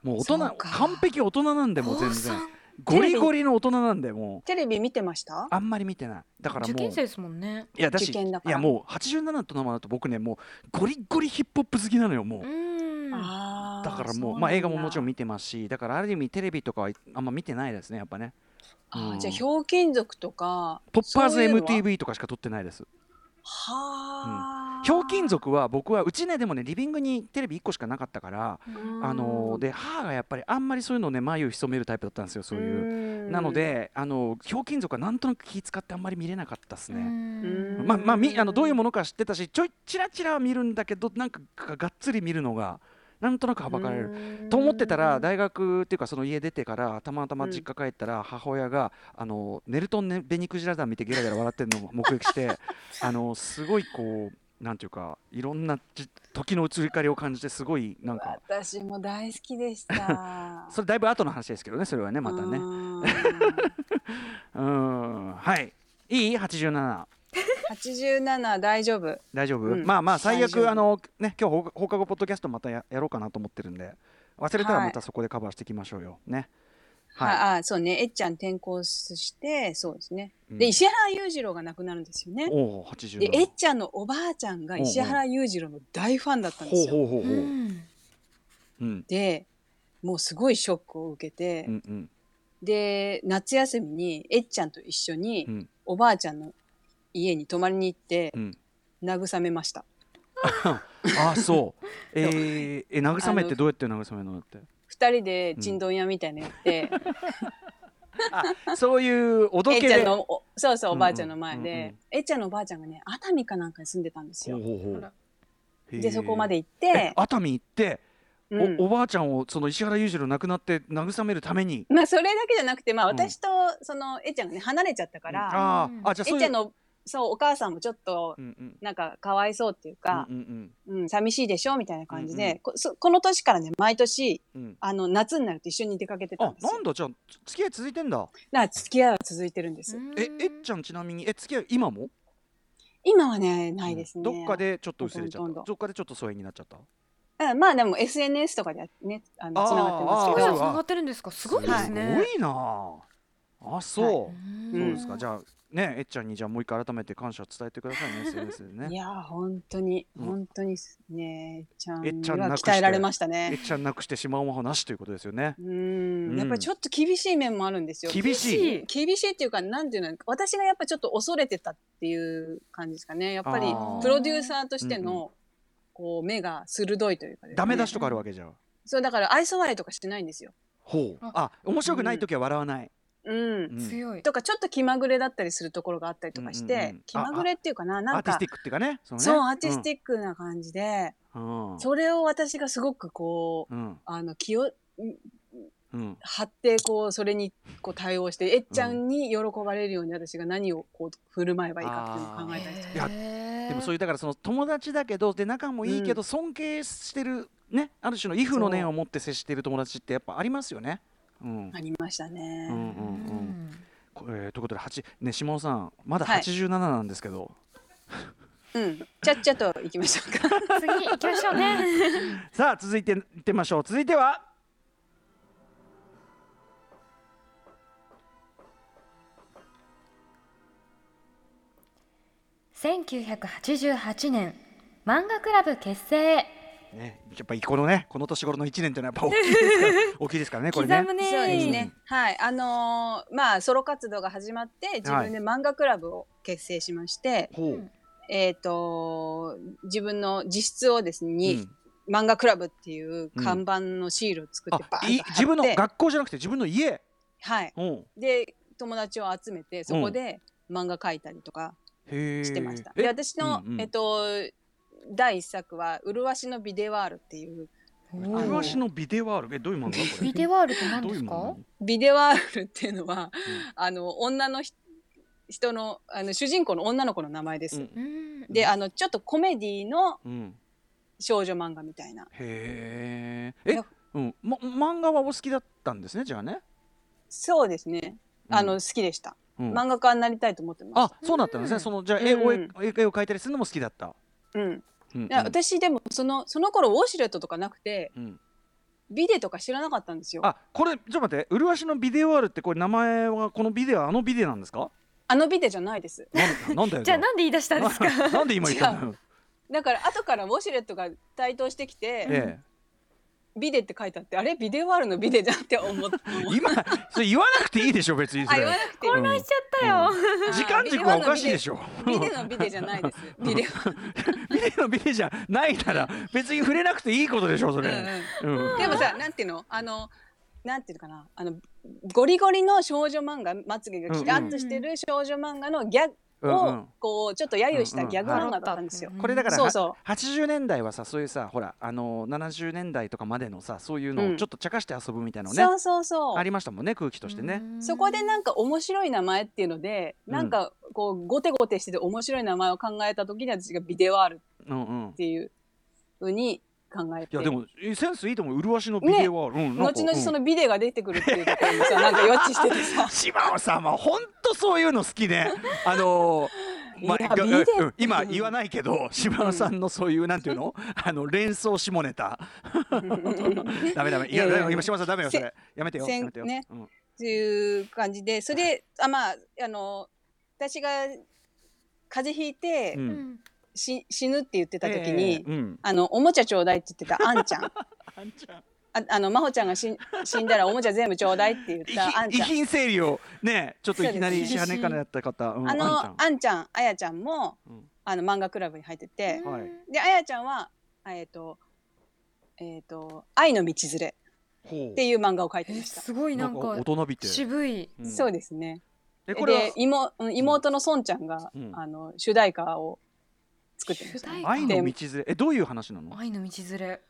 Speaker 3: もう大
Speaker 4: そ
Speaker 3: 人
Speaker 4: うか
Speaker 3: 完璧大人なんでもう全然
Speaker 2: 高三
Speaker 3: ゴリゴリの大人なんだよもう
Speaker 4: テレビ見てました
Speaker 3: あんまり見てないだから
Speaker 2: 受
Speaker 3: もう
Speaker 2: 験生ですもんね
Speaker 3: いやだし
Speaker 4: 受験だか
Speaker 3: いや
Speaker 4: ら
Speaker 3: もう87と生だと僕ねもうゴリゴリヒップホップ好きなのよもう
Speaker 2: う。ーん
Speaker 4: あー
Speaker 3: だから
Speaker 4: そう
Speaker 3: も
Speaker 4: な
Speaker 3: う、
Speaker 4: ん
Speaker 3: まあ、
Speaker 4: だ
Speaker 3: 映画ももちろん見てますしだからある意味テレビとかはあんま見てないですねやっぱね
Speaker 4: あ
Speaker 3: う
Speaker 4: ー
Speaker 3: ん
Speaker 4: じゃあひょうきん族とか
Speaker 3: ポッパーズ
Speaker 4: そういうのは
Speaker 3: MTV とかしか撮ってないです
Speaker 4: はあ
Speaker 3: ひょうきん族は僕はうちねでもねリビングにテレビ1個しかなかったからあのーで母がやっぱりあんまりそういうのをね眉を潜めるタイプだったんですよそういう
Speaker 4: う
Speaker 3: なのであのひょうきん族はなんとなく気使ってあんまり見れなかったです
Speaker 2: うー
Speaker 3: ね
Speaker 2: ん
Speaker 4: うん
Speaker 3: まあまあみあのどういうものか知ってたしちょいちらちらは見るんだけどなんかががっつり見るのがなんとなくはばかられる
Speaker 4: る
Speaker 3: と思ってたら大学っていうかその家出てからたまたま実家帰ったら母親があのネルトンねベニクジラ団見てゲラゲラ笑ってるのを目撃してあのすごいこうなんていうかいろんなじ時の移り変わりを感じてすごいなんか
Speaker 4: 私も大好きでした
Speaker 3: それだいぶ後の話ですけどねそれはねまたね
Speaker 4: うーん
Speaker 3: うーんはいいい87
Speaker 4: 87大丈夫
Speaker 3: 大丈夫、
Speaker 4: うん
Speaker 3: まあまあ最
Speaker 4: 大丈
Speaker 3: 悪
Speaker 4: 夫
Speaker 3: あのね今日放課放課後ポッドキャストまたややろうかなと思ってるんで忘れたら
Speaker 4: はい
Speaker 3: またそこでカバーしていきましょうよね
Speaker 4: はい、
Speaker 3: は
Speaker 4: ああそうねえっちゃん転校してそうですね
Speaker 3: い、
Speaker 4: で石原裕次郎が亡くなるんですよね
Speaker 3: うんおお80
Speaker 4: でえっちゃんのおばあちゃんが石原裕次郎の大ファンだったんですよ
Speaker 3: ほうほう
Speaker 2: う
Speaker 3: ほうほう、
Speaker 2: ん
Speaker 3: うん
Speaker 4: でもうすごいショックを受けて、
Speaker 3: うんうん
Speaker 4: で夏休みにえっちゃんと一緒に
Speaker 3: うん
Speaker 4: おばあちゃんの家に泊まりに行って
Speaker 3: うん、
Speaker 4: 慰めました
Speaker 3: あ そう、えー、え慰めっ
Speaker 4: あ
Speaker 3: て
Speaker 4: の
Speaker 3: どうやって慰めるのって
Speaker 4: 二人でちんどん屋みたいなのや って、
Speaker 3: あそういうおど
Speaker 4: え
Speaker 3: け
Speaker 4: っちゃん
Speaker 3: で
Speaker 4: のおそうそう
Speaker 3: うんう
Speaker 4: お
Speaker 3: ん
Speaker 4: ばあちゃんの前で、
Speaker 3: うんうん
Speaker 4: えっちゃんのおばあちゃんがね熱海かなんかに住んでたんです
Speaker 3: ほう
Speaker 4: よ。
Speaker 3: ほうほ
Speaker 2: あ
Speaker 3: う
Speaker 2: ら
Speaker 3: へー
Speaker 4: でそこまで行っ
Speaker 3: え
Speaker 4: て、
Speaker 3: 熱海行って、
Speaker 4: うん
Speaker 3: おおばあちゃんをその石原裕次郎亡くなって慰めるために
Speaker 4: まあそれだけじゃなくて、まあ、
Speaker 3: うん
Speaker 4: 私とそのえっちゃんがね離れちゃったから、
Speaker 3: あ
Speaker 2: うん
Speaker 3: ーあじゃあ
Speaker 4: え
Speaker 3: そ
Speaker 4: っ
Speaker 3: う
Speaker 4: ち
Speaker 3: い
Speaker 4: ゃん
Speaker 3: う
Speaker 4: のそうお母さんもちょっと
Speaker 3: うんうん
Speaker 4: なんかかわいそうっていうか
Speaker 3: う、んうん
Speaker 4: うん寂しいでしょみたいな感じで、
Speaker 3: うんうん
Speaker 4: こそこの年からね毎年
Speaker 3: うんうん
Speaker 4: あの夏になると一緒に出かけてた
Speaker 3: あ
Speaker 4: んですよ。
Speaker 3: なんだじゃあ付き合い続いてんだ
Speaker 4: だから付き合いは続いてるんです。
Speaker 3: ええっちゃんちなみにえ付き合い今も
Speaker 4: 今はねないですね。
Speaker 3: どっかでちょっと薄れちゃ
Speaker 4: ど
Speaker 3: っ
Speaker 4: ん
Speaker 3: た
Speaker 4: どんどん
Speaker 3: どっかでちょっと疎遠になっちゃった
Speaker 4: うん、まあでも SNS とかでねあの繋がってます
Speaker 2: そ
Speaker 4: け
Speaker 3: あ
Speaker 4: ど
Speaker 2: うじゃ
Speaker 3: ー
Speaker 2: つながってるんですかすごいです
Speaker 3: す
Speaker 2: ね
Speaker 3: ごいなああそう、
Speaker 4: はい
Speaker 2: うん
Speaker 3: そうですか、
Speaker 4: うん
Speaker 3: じゃあねえっちゃんにじゃあもう一回改めて感謝を伝えてくだ さいね SNS で
Speaker 4: い
Speaker 3: ね
Speaker 4: やー本当に
Speaker 3: うん
Speaker 4: 本当にすね、
Speaker 3: え
Speaker 4: え
Speaker 3: っ
Speaker 4: っ
Speaker 3: ち
Speaker 4: ち
Speaker 3: ゃ
Speaker 4: ゃ
Speaker 3: ん
Speaker 4: ん
Speaker 3: な
Speaker 4: は
Speaker 3: くして
Speaker 4: 鍛えられました
Speaker 3: え
Speaker 4: ね
Speaker 3: っ。ちゃんなくしてしまうまほなしということですよね
Speaker 4: う
Speaker 3: うんん
Speaker 4: やっぱりちょっと厳しい面もあるんですよ。
Speaker 3: 厳しい
Speaker 2: い
Speaker 4: 厳しいっていうかなんていうの私がやっぱちょっと恐れてたっていう感じですかねやっぱり
Speaker 3: あー
Speaker 4: プロデューサーとしての、こう目が鋭いというかですね、
Speaker 3: ダメ出しとかあるわけじゃん
Speaker 4: そうだから愛想笑いとかしてないんですよ。
Speaker 3: ほうあ面白くない時は笑わない、
Speaker 4: うん
Speaker 3: うん
Speaker 2: 強い
Speaker 4: とかちょっと気まぐれだったりするところがあったりとかして、
Speaker 3: うんうんうん
Speaker 4: 気まぐれっていうかな
Speaker 3: ア
Speaker 4: な
Speaker 3: ー
Speaker 4: ん
Speaker 3: ティス
Speaker 4: か
Speaker 3: ティックっていうかねそのね
Speaker 4: そうアーティス
Speaker 3: ィッ
Speaker 4: ティックな感じで、
Speaker 3: ク、うん
Speaker 4: それを私がすごくこう
Speaker 3: うん
Speaker 4: あの気を
Speaker 3: うん
Speaker 4: 張ってこうそれにこう対応して、えっちゃんに喜ばれるように私が何をこう振る舞えばいいかっていうのを考えたりとか
Speaker 3: いやで
Speaker 2: で
Speaker 3: もそういうだからその友達だけどで仲もいいけど尊敬してる、ねある種のイフの念を持って接してる友達ってやっぱありますよね。うん
Speaker 4: ありましたね。
Speaker 3: うんうんうんこえーということで8、ね、島尾さんまだ
Speaker 4: はい
Speaker 3: 87なんですけど、
Speaker 4: うん、ちゃっちゃと行きましょうか。
Speaker 2: 次行きましょう ね
Speaker 3: さあ続いていってみましょう続いては
Speaker 2: 1988年漫画クラブ結成
Speaker 3: ねやっぱりこのねこの年頃の1年というのはやっぱ大きいですから大きいですからねこ れね
Speaker 2: 刻むね
Speaker 4: そうです
Speaker 3: うん
Speaker 4: ね。はい、あのーまあソロ活動が始まって自分で漫画クラブを結成しまして、
Speaker 3: ほう、
Speaker 2: うん
Speaker 4: えっ、と自分の自室をですね、
Speaker 3: う
Speaker 4: に
Speaker 3: ん
Speaker 4: 漫画クラブっていう看板のシールを作ってバ
Speaker 3: あ
Speaker 4: ーン
Speaker 3: い
Speaker 4: と貼って、
Speaker 3: 自分の学校じゃなくて自分の家
Speaker 4: はい。
Speaker 3: うんへ
Speaker 4: で友達を集めてそこで漫画描いたりとか
Speaker 3: え
Speaker 4: してました。
Speaker 3: え
Speaker 4: で私の、
Speaker 3: うんうん
Speaker 4: えっ、と第一作は「麗しのビデワール」っていう
Speaker 2: お
Speaker 4: ー
Speaker 3: イ
Speaker 2: ー
Speaker 3: ワシのビデワールえどういう漫画これ
Speaker 2: ビデワールって何
Speaker 3: どう
Speaker 2: で
Speaker 3: いう
Speaker 2: す
Speaker 3: 漫
Speaker 2: か
Speaker 3: 画
Speaker 4: ビデワールっていうのは、あの女のひ人のあの主人公の女の子の名前です。
Speaker 3: うん
Speaker 2: うん
Speaker 4: であのちょっとコメディの
Speaker 3: うん
Speaker 4: 少女漫画みたいな
Speaker 3: へえ。え
Speaker 4: だ、
Speaker 3: うん、ま、漫画はお好きだったんですね、じゃあね。
Speaker 4: そうですね
Speaker 3: うん
Speaker 4: あの、好きでした、
Speaker 3: うん
Speaker 4: 漫画家になりたいと思ってま
Speaker 3: あ
Speaker 4: す、
Speaker 3: そうだったんです
Speaker 2: う
Speaker 3: ね。
Speaker 2: ん
Speaker 3: そのじゃあ絵を、
Speaker 4: うん
Speaker 3: 絵を描いたりするのも好きだった。
Speaker 4: うん、
Speaker 3: うん、
Speaker 4: いや私でもそのその頃ウォシュレットとかなくて
Speaker 3: うん、
Speaker 4: ビデとか知らなかったんですよ。あ
Speaker 3: あこれちょっと待って麗しのビデオあるってこれ名前はこのビデオはあのビデオなんですか
Speaker 4: のビデじゃないです。
Speaker 3: なんなんだよ
Speaker 2: じゃあなんで言い出したんですか
Speaker 3: ななんで今言ったのよ、
Speaker 4: だから後からウォシュレットが台頭してきて、
Speaker 3: え
Speaker 4: ビデって書いてあってあれビデオあるのビデじゃんっ て思って。
Speaker 3: え、今それ言わなくていいでしょ別にそ
Speaker 4: あ
Speaker 3: れ
Speaker 4: 言わなくていい
Speaker 2: 混乱しちゃったよ、
Speaker 3: 時間軸はおかしいでしょ
Speaker 4: ビデのビデじゃない です。ビデ
Speaker 3: ビデオのビデオじゃないなら別に触れなくていいことでしょそ
Speaker 4: オ。う
Speaker 3: れ、
Speaker 4: んうん
Speaker 3: うん
Speaker 4: でもさ、なんていうの、あの、なんていうのかな、あの。ゴリゴリの少女漫画、まつげがキラッとしてる少女漫画のギャグ
Speaker 3: うんうん
Speaker 4: を、こう、ちょっと揶揄したギャグ漫画だったんですよ。
Speaker 3: これだから
Speaker 4: そうそう
Speaker 3: は80年代はさそういうさほらあの70年代とかまでのさそういう
Speaker 4: う
Speaker 3: のを
Speaker 4: ん
Speaker 3: ちょっと茶化して遊ぶみたいなのね、
Speaker 4: そうそうそ
Speaker 3: あ
Speaker 4: う。
Speaker 3: りましたもんね空気としてね。
Speaker 4: そこでなんか面白い名前っていうので、
Speaker 3: うん
Speaker 4: なんかこうゴテゴテしてて面白い名前を考えた時に私がビデオある
Speaker 3: うんうん
Speaker 4: っていうふうに考えて
Speaker 3: いやでもえセンスいいと思う麗しのビデオは、うんなんか
Speaker 4: 後々そ
Speaker 3: うん
Speaker 4: のビデが出てくるっていうところ もさなんか予知しててさ
Speaker 3: 島尾さんは本当そういうの好き ねあのー
Speaker 4: いや
Speaker 3: が
Speaker 4: ビデオ
Speaker 3: うん今言わないけど島尾さんのそういうなんていうのあの連想下ネタダメダメいや
Speaker 4: いやいや
Speaker 3: いや今島尾さんダメよそれやめてよ
Speaker 4: せん
Speaker 3: やめてよ、
Speaker 4: ね
Speaker 3: うん
Speaker 4: っていう感じでそれあまああの私が風邪ひいて、
Speaker 3: うん
Speaker 4: し死ぬって言ってた時
Speaker 3: え
Speaker 4: に、
Speaker 3: えうん
Speaker 4: あのおもちゃちょうだいって言ってたあんちゃんあ
Speaker 3: あんちゃん
Speaker 4: あの真帆ちゃんが死ん死んだらおもちゃ全部ちょうだいって言っ
Speaker 3: 遺
Speaker 4: た
Speaker 3: 品
Speaker 4: あん
Speaker 3: 遺
Speaker 4: ちゃん。
Speaker 3: 品整理をねちょっといきなり
Speaker 4: そうです
Speaker 3: 石
Speaker 4: ね
Speaker 3: 羽からやった方、うん、
Speaker 4: あ
Speaker 3: あん
Speaker 4: の
Speaker 3: ち
Speaker 4: あんちゃんあやちゃんも、
Speaker 3: うん
Speaker 4: あの漫画クラブに入ってて、
Speaker 3: はい
Speaker 4: であやちゃんはえっ、とえっ、と「愛の道連れ」
Speaker 3: ゃんほ
Speaker 4: っ
Speaker 3: う
Speaker 4: ていう漫画を書いて
Speaker 2: え
Speaker 4: ました。
Speaker 2: すごいなんか
Speaker 3: 大人びて、
Speaker 2: 渋い
Speaker 3: うん
Speaker 4: そうですね。
Speaker 3: えこれは
Speaker 4: で妹うん妹の孫ちゃんが、
Speaker 3: うん
Speaker 4: あの主題歌を作ってました、ね。
Speaker 2: 主題歌
Speaker 3: 愛の道連れえどういう話なの
Speaker 2: 愛の道連れ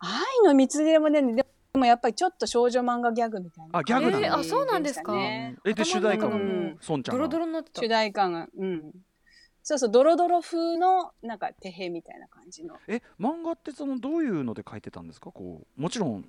Speaker 4: 愛の道連れもねでもやっぱりちょっと少女漫画ギャグみたいな。
Speaker 3: あギャグなの
Speaker 4: えー
Speaker 3: あ
Speaker 2: そうなんですか
Speaker 4: でした
Speaker 3: え
Speaker 4: ね
Speaker 3: で主題歌も
Speaker 2: 頭の中がもう
Speaker 3: 孫ちゃん
Speaker 2: ド
Speaker 3: が
Speaker 2: ロドロになってた
Speaker 4: 主題歌がうん。そうそうドロドロ風のなんか手へみたいな感じの。
Speaker 3: え漫画ってそのどういうので書いてたんですかこうもちろん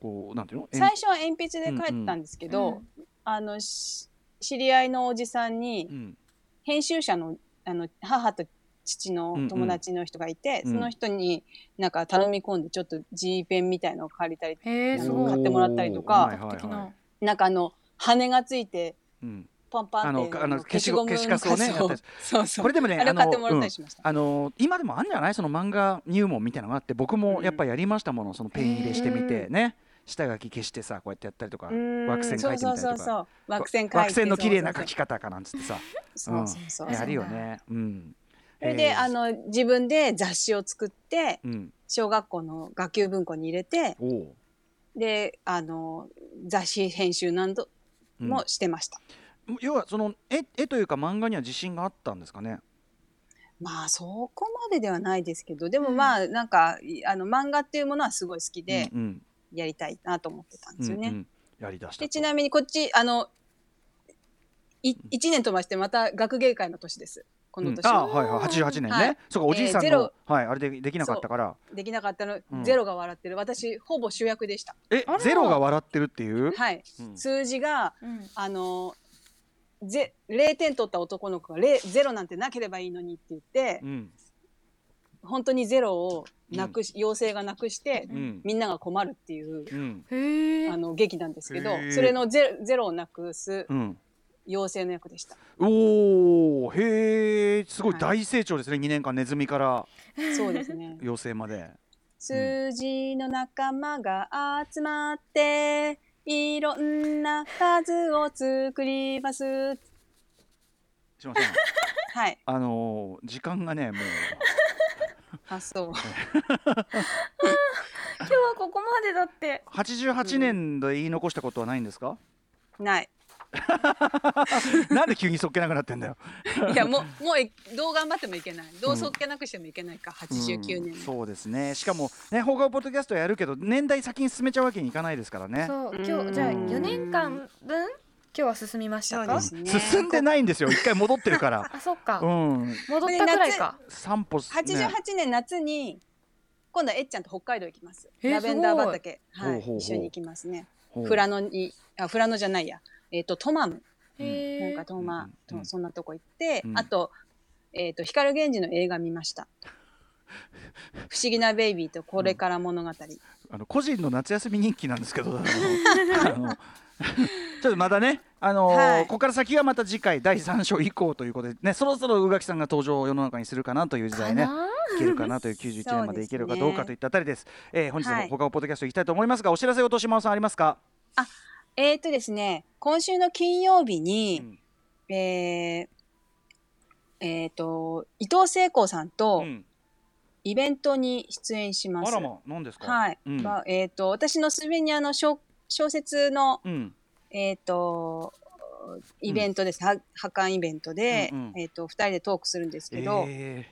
Speaker 3: こうなんていうのえん
Speaker 4: 最初は鉛筆で書いてたんですけど、
Speaker 2: うん
Speaker 4: あのし知り合いのおじさんに
Speaker 3: うん
Speaker 4: 編集者のあの母と父の友達の人がいて、
Speaker 3: うんうん
Speaker 4: その人になんか頼み込んでちょっと G ペンみたいのを借りたり
Speaker 2: へえ
Speaker 4: あ
Speaker 2: す
Speaker 4: の
Speaker 2: ご
Speaker 4: 買
Speaker 2: い
Speaker 4: ってもらったりと
Speaker 3: おー
Speaker 4: か
Speaker 3: はい
Speaker 2: 本格
Speaker 3: はいは
Speaker 2: 的
Speaker 3: い
Speaker 2: な
Speaker 4: なんかあの羽がついて
Speaker 3: うん
Speaker 4: パンパンって
Speaker 3: あのあの消しゴム
Speaker 4: の
Speaker 3: 消しカスをね
Speaker 4: 消しゴ
Speaker 3: や
Speaker 4: ムの
Speaker 3: っ
Speaker 4: カスをそうそう
Speaker 3: これでもね
Speaker 4: あれ
Speaker 3: あ
Speaker 4: を買っても
Speaker 3: の
Speaker 4: らっ
Speaker 3: う
Speaker 4: た
Speaker 3: ん
Speaker 4: りしました、
Speaker 3: あの今でもあるんじゃないその漫画入門みたいなのがあって僕もやっぱやりましたものそのペン入れしてみてね下書き消してさこうやってやったりとか
Speaker 4: うん
Speaker 3: 枠線書いてみたりと
Speaker 4: そうそうそう
Speaker 3: か
Speaker 4: そう枠線書いて
Speaker 3: 枠線の綺麗な書き方かなんつってさ
Speaker 4: そうそうそうそうそうそう、
Speaker 2: うん
Speaker 3: やるよねうん
Speaker 4: それで
Speaker 3: えー
Speaker 4: あの自分で雑誌を作って
Speaker 3: うん
Speaker 4: 小学校の学級文庫に入れて
Speaker 3: おう
Speaker 4: であの雑誌編集など
Speaker 3: うん
Speaker 4: もしてました、
Speaker 3: 要はその絵絵というか漫画には自信があったんですかね
Speaker 4: まあそこまでではないですけどでもまあなんかいあの漫画っていうものはすごい好きで
Speaker 3: うんうん
Speaker 4: やりたいなと思ってたんですよね。
Speaker 3: うんうんやりだした
Speaker 4: で
Speaker 3: と
Speaker 4: ちなみにこっちあのい1年飛ばしてまた学芸会の年ですこの年、
Speaker 3: うん、あはいはい88年ね、
Speaker 4: はい
Speaker 3: そうかおじいさん
Speaker 4: えーゼ
Speaker 3: の
Speaker 4: ロ、
Speaker 3: はい、あれでできなかったから
Speaker 4: できなかったの、
Speaker 3: うん
Speaker 4: ゼロが笑ってる私ほぼ主役でした
Speaker 3: え
Speaker 2: あら
Speaker 3: ゼロが笑ってるっていう、
Speaker 4: はい
Speaker 3: うん
Speaker 4: 数字が
Speaker 2: うん
Speaker 4: あのゼ0点取った男の子が0ゼロなんてなければいいのにって言って
Speaker 3: うん
Speaker 4: 本当にゼロをなくし、妖精がなくして、
Speaker 3: うん
Speaker 4: みんなが困るっていう
Speaker 3: うん
Speaker 2: へえ
Speaker 4: あの劇なんですけど
Speaker 3: へー
Speaker 4: それのゼロゼロをなくす
Speaker 3: うん
Speaker 4: 妖精の役でした、
Speaker 3: おーへえすごい
Speaker 4: はい
Speaker 3: 大成長ですね、2年間ネズミから
Speaker 4: そうですね
Speaker 3: 妖精まで
Speaker 4: 数字の仲間が集まって、いろんな数を作ります。
Speaker 3: すいま せん
Speaker 4: はい。
Speaker 3: あのー時間がねもう
Speaker 4: あ、そう。
Speaker 2: 今日はここまでだって
Speaker 3: 88年で言い残したことはないんですか、
Speaker 4: ない。
Speaker 3: なんで急にそっけなくなってんだ よ
Speaker 4: いや、もう、もうい、どう頑張ってもいけない。どうそっけなくしてもいけないか。89
Speaker 3: うん
Speaker 4: 年。
Speaker 3: そうですねしかもね放課後ポッドキャストやるけど年代先に進めちゃうわけにいかないですからね
Speaker 2: そう
Speaker 4: うん
Speaker 2: 今日じゃあ4年間分今日は進みました
Speaker 4: そう
Speaker 2: か
Speaker 4: ですね
Speaker 3: 進んでないんですよ一回戻ってるから
Speaker 2: あそっか
Speaker 3: うん、
Speaker 2: 戻ったくらいか
Speaker 3: 散歩す、ね、
Speaker 4: 88年夏に、今度はえっちゃんと北海道行きます。
Speaker 2: えー
Speaker 4: ラベンダー畑。
Speaker 3: ごい
Speaker 4: は
Speaker 3: ほうほうほう
Speaker 4: い。一緒に行きますね。
Speaker 3: ほう
Speaker 4: 富良野に、あ、富良野じゃないや。えっ、と、トマム。
Speaker 2: へ
Speaker 4: なん
Speaker 2: え
Speaker 4: かト
Speaker 3: う
Speaker 4: マ、
Speaker 3: んうん
Speaker 4: とそんなとこ行って、
Speaker 3: うん
Speaker 4: あと,、えー、と光源氏の映画見ました。不思議なベイビーとこれから物語。
Speaker 3: あの個人の夏休み人気なんですけ ど、あのあの ちょっとまたね、あのー
Speaker 4: はい
Speaker 3: ここから先はまた次回第3章以降ということでね、そろそろ宇垣さんが登場を世の中にするかなという時代ね
Speaker 2: か。な
Speaker 3: 生きるかなという91年までいけるかどうかといったあたりです。えー本日
Speaker 4: は
Speaker 3: の
Speaker 4: い
Speaker 3: 他をポッドキャストいきたいと思いますが、お知らせをとしまおさんありますか。
Speaker 4: えー、とですね、今週の金曜日に、
Speaker 3: うん
Speaker 4: えーえーと、伊藤聖子さん
Speaker 3: う
Speaker 4: と
Speaker 3: ん、
Speaker 4: イベントに出演しま
Speaker 3: あ
Speaker 4: す。
Speaker 3: らま、何ですか。
Speaker 4: はい。
Speaker 3: うん
Speaker 4: まあえーと、私のスベニアの小小説の、
Speaker 3: うん、
Speaker 4: えーと、イベントです。は破壊イベントで、
Speaker 3: うんうん
Speaker 4: えーと、二人でトークするんですけど、
Speaker 3: え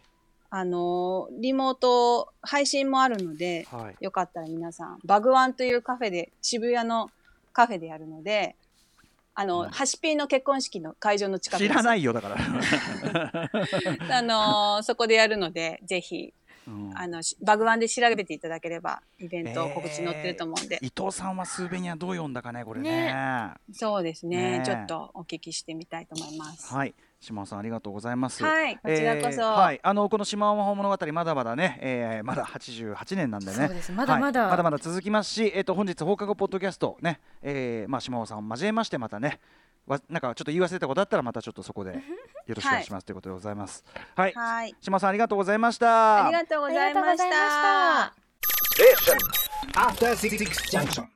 Speaker 4: あのーリモート配信もあるので、
Speaker 3: ー、はい。
Speaker 4: よかったら皆さん、バグワンというカフェで、渋谷のカフェでやるので、あ
Speaker 3: うん
Speaker 4: の、ハシピーの結婚式の会場の近く。
Speaker 3: 知らないいよだ から。
Speaker 4: あの ーそこでやるので、ぜひ、
Speaker 3: うん
Speaker 4: あの、しバグワンで調べていただければ、イベント告知載ってると思うんで、
Speaker 3: 伊藤さんはスーベニアどう読んだかねこれね。
Speaker 4: そうです
Speaker 3: ね
Speaker 4: ね
Speaker 3: え
Speaker 4: ちょっとお聞きしてみたいと思います。はい、
Speaker 3: はい、島尾さんありがとうございます。
Speaker 4: こちらこ
Speaker 3: え
Speaker 4: そ。
Speaker 3: ーはい、あのこの島尾魔法物語まだまだね、えーまだ88年なんで
Speaker 2: そう
Speaker 3: ね。
Speaker 2: ですまだま
Speaker 3: は
Speaker 2: だ
Speaker 3: いまだまだ続きますし、えっ、と本日放課後ポッドキャストね、えーまあ島尾さんを交えましてまたね、わなんかちょっと言い忘れたことあったらまたちょっとそこでよろしくお願いします、ということでございます。はい、
Speaker 4: はい、
Speaker 3: 島尾さんありがとうございまし
Speaker 4: あ
Speaker 3: た
Speaker 4: り。がとう
Speaker 2: あ
Speaker 4: ご
Speaker 2: り
Speaker 4: ざ
Speaker 2: が
Speaker 4: い
Speaker 2: とうご
Speaker 4: まし
Speaker 2: ざいましたた。
Speaker 5: Station. After Six Junction.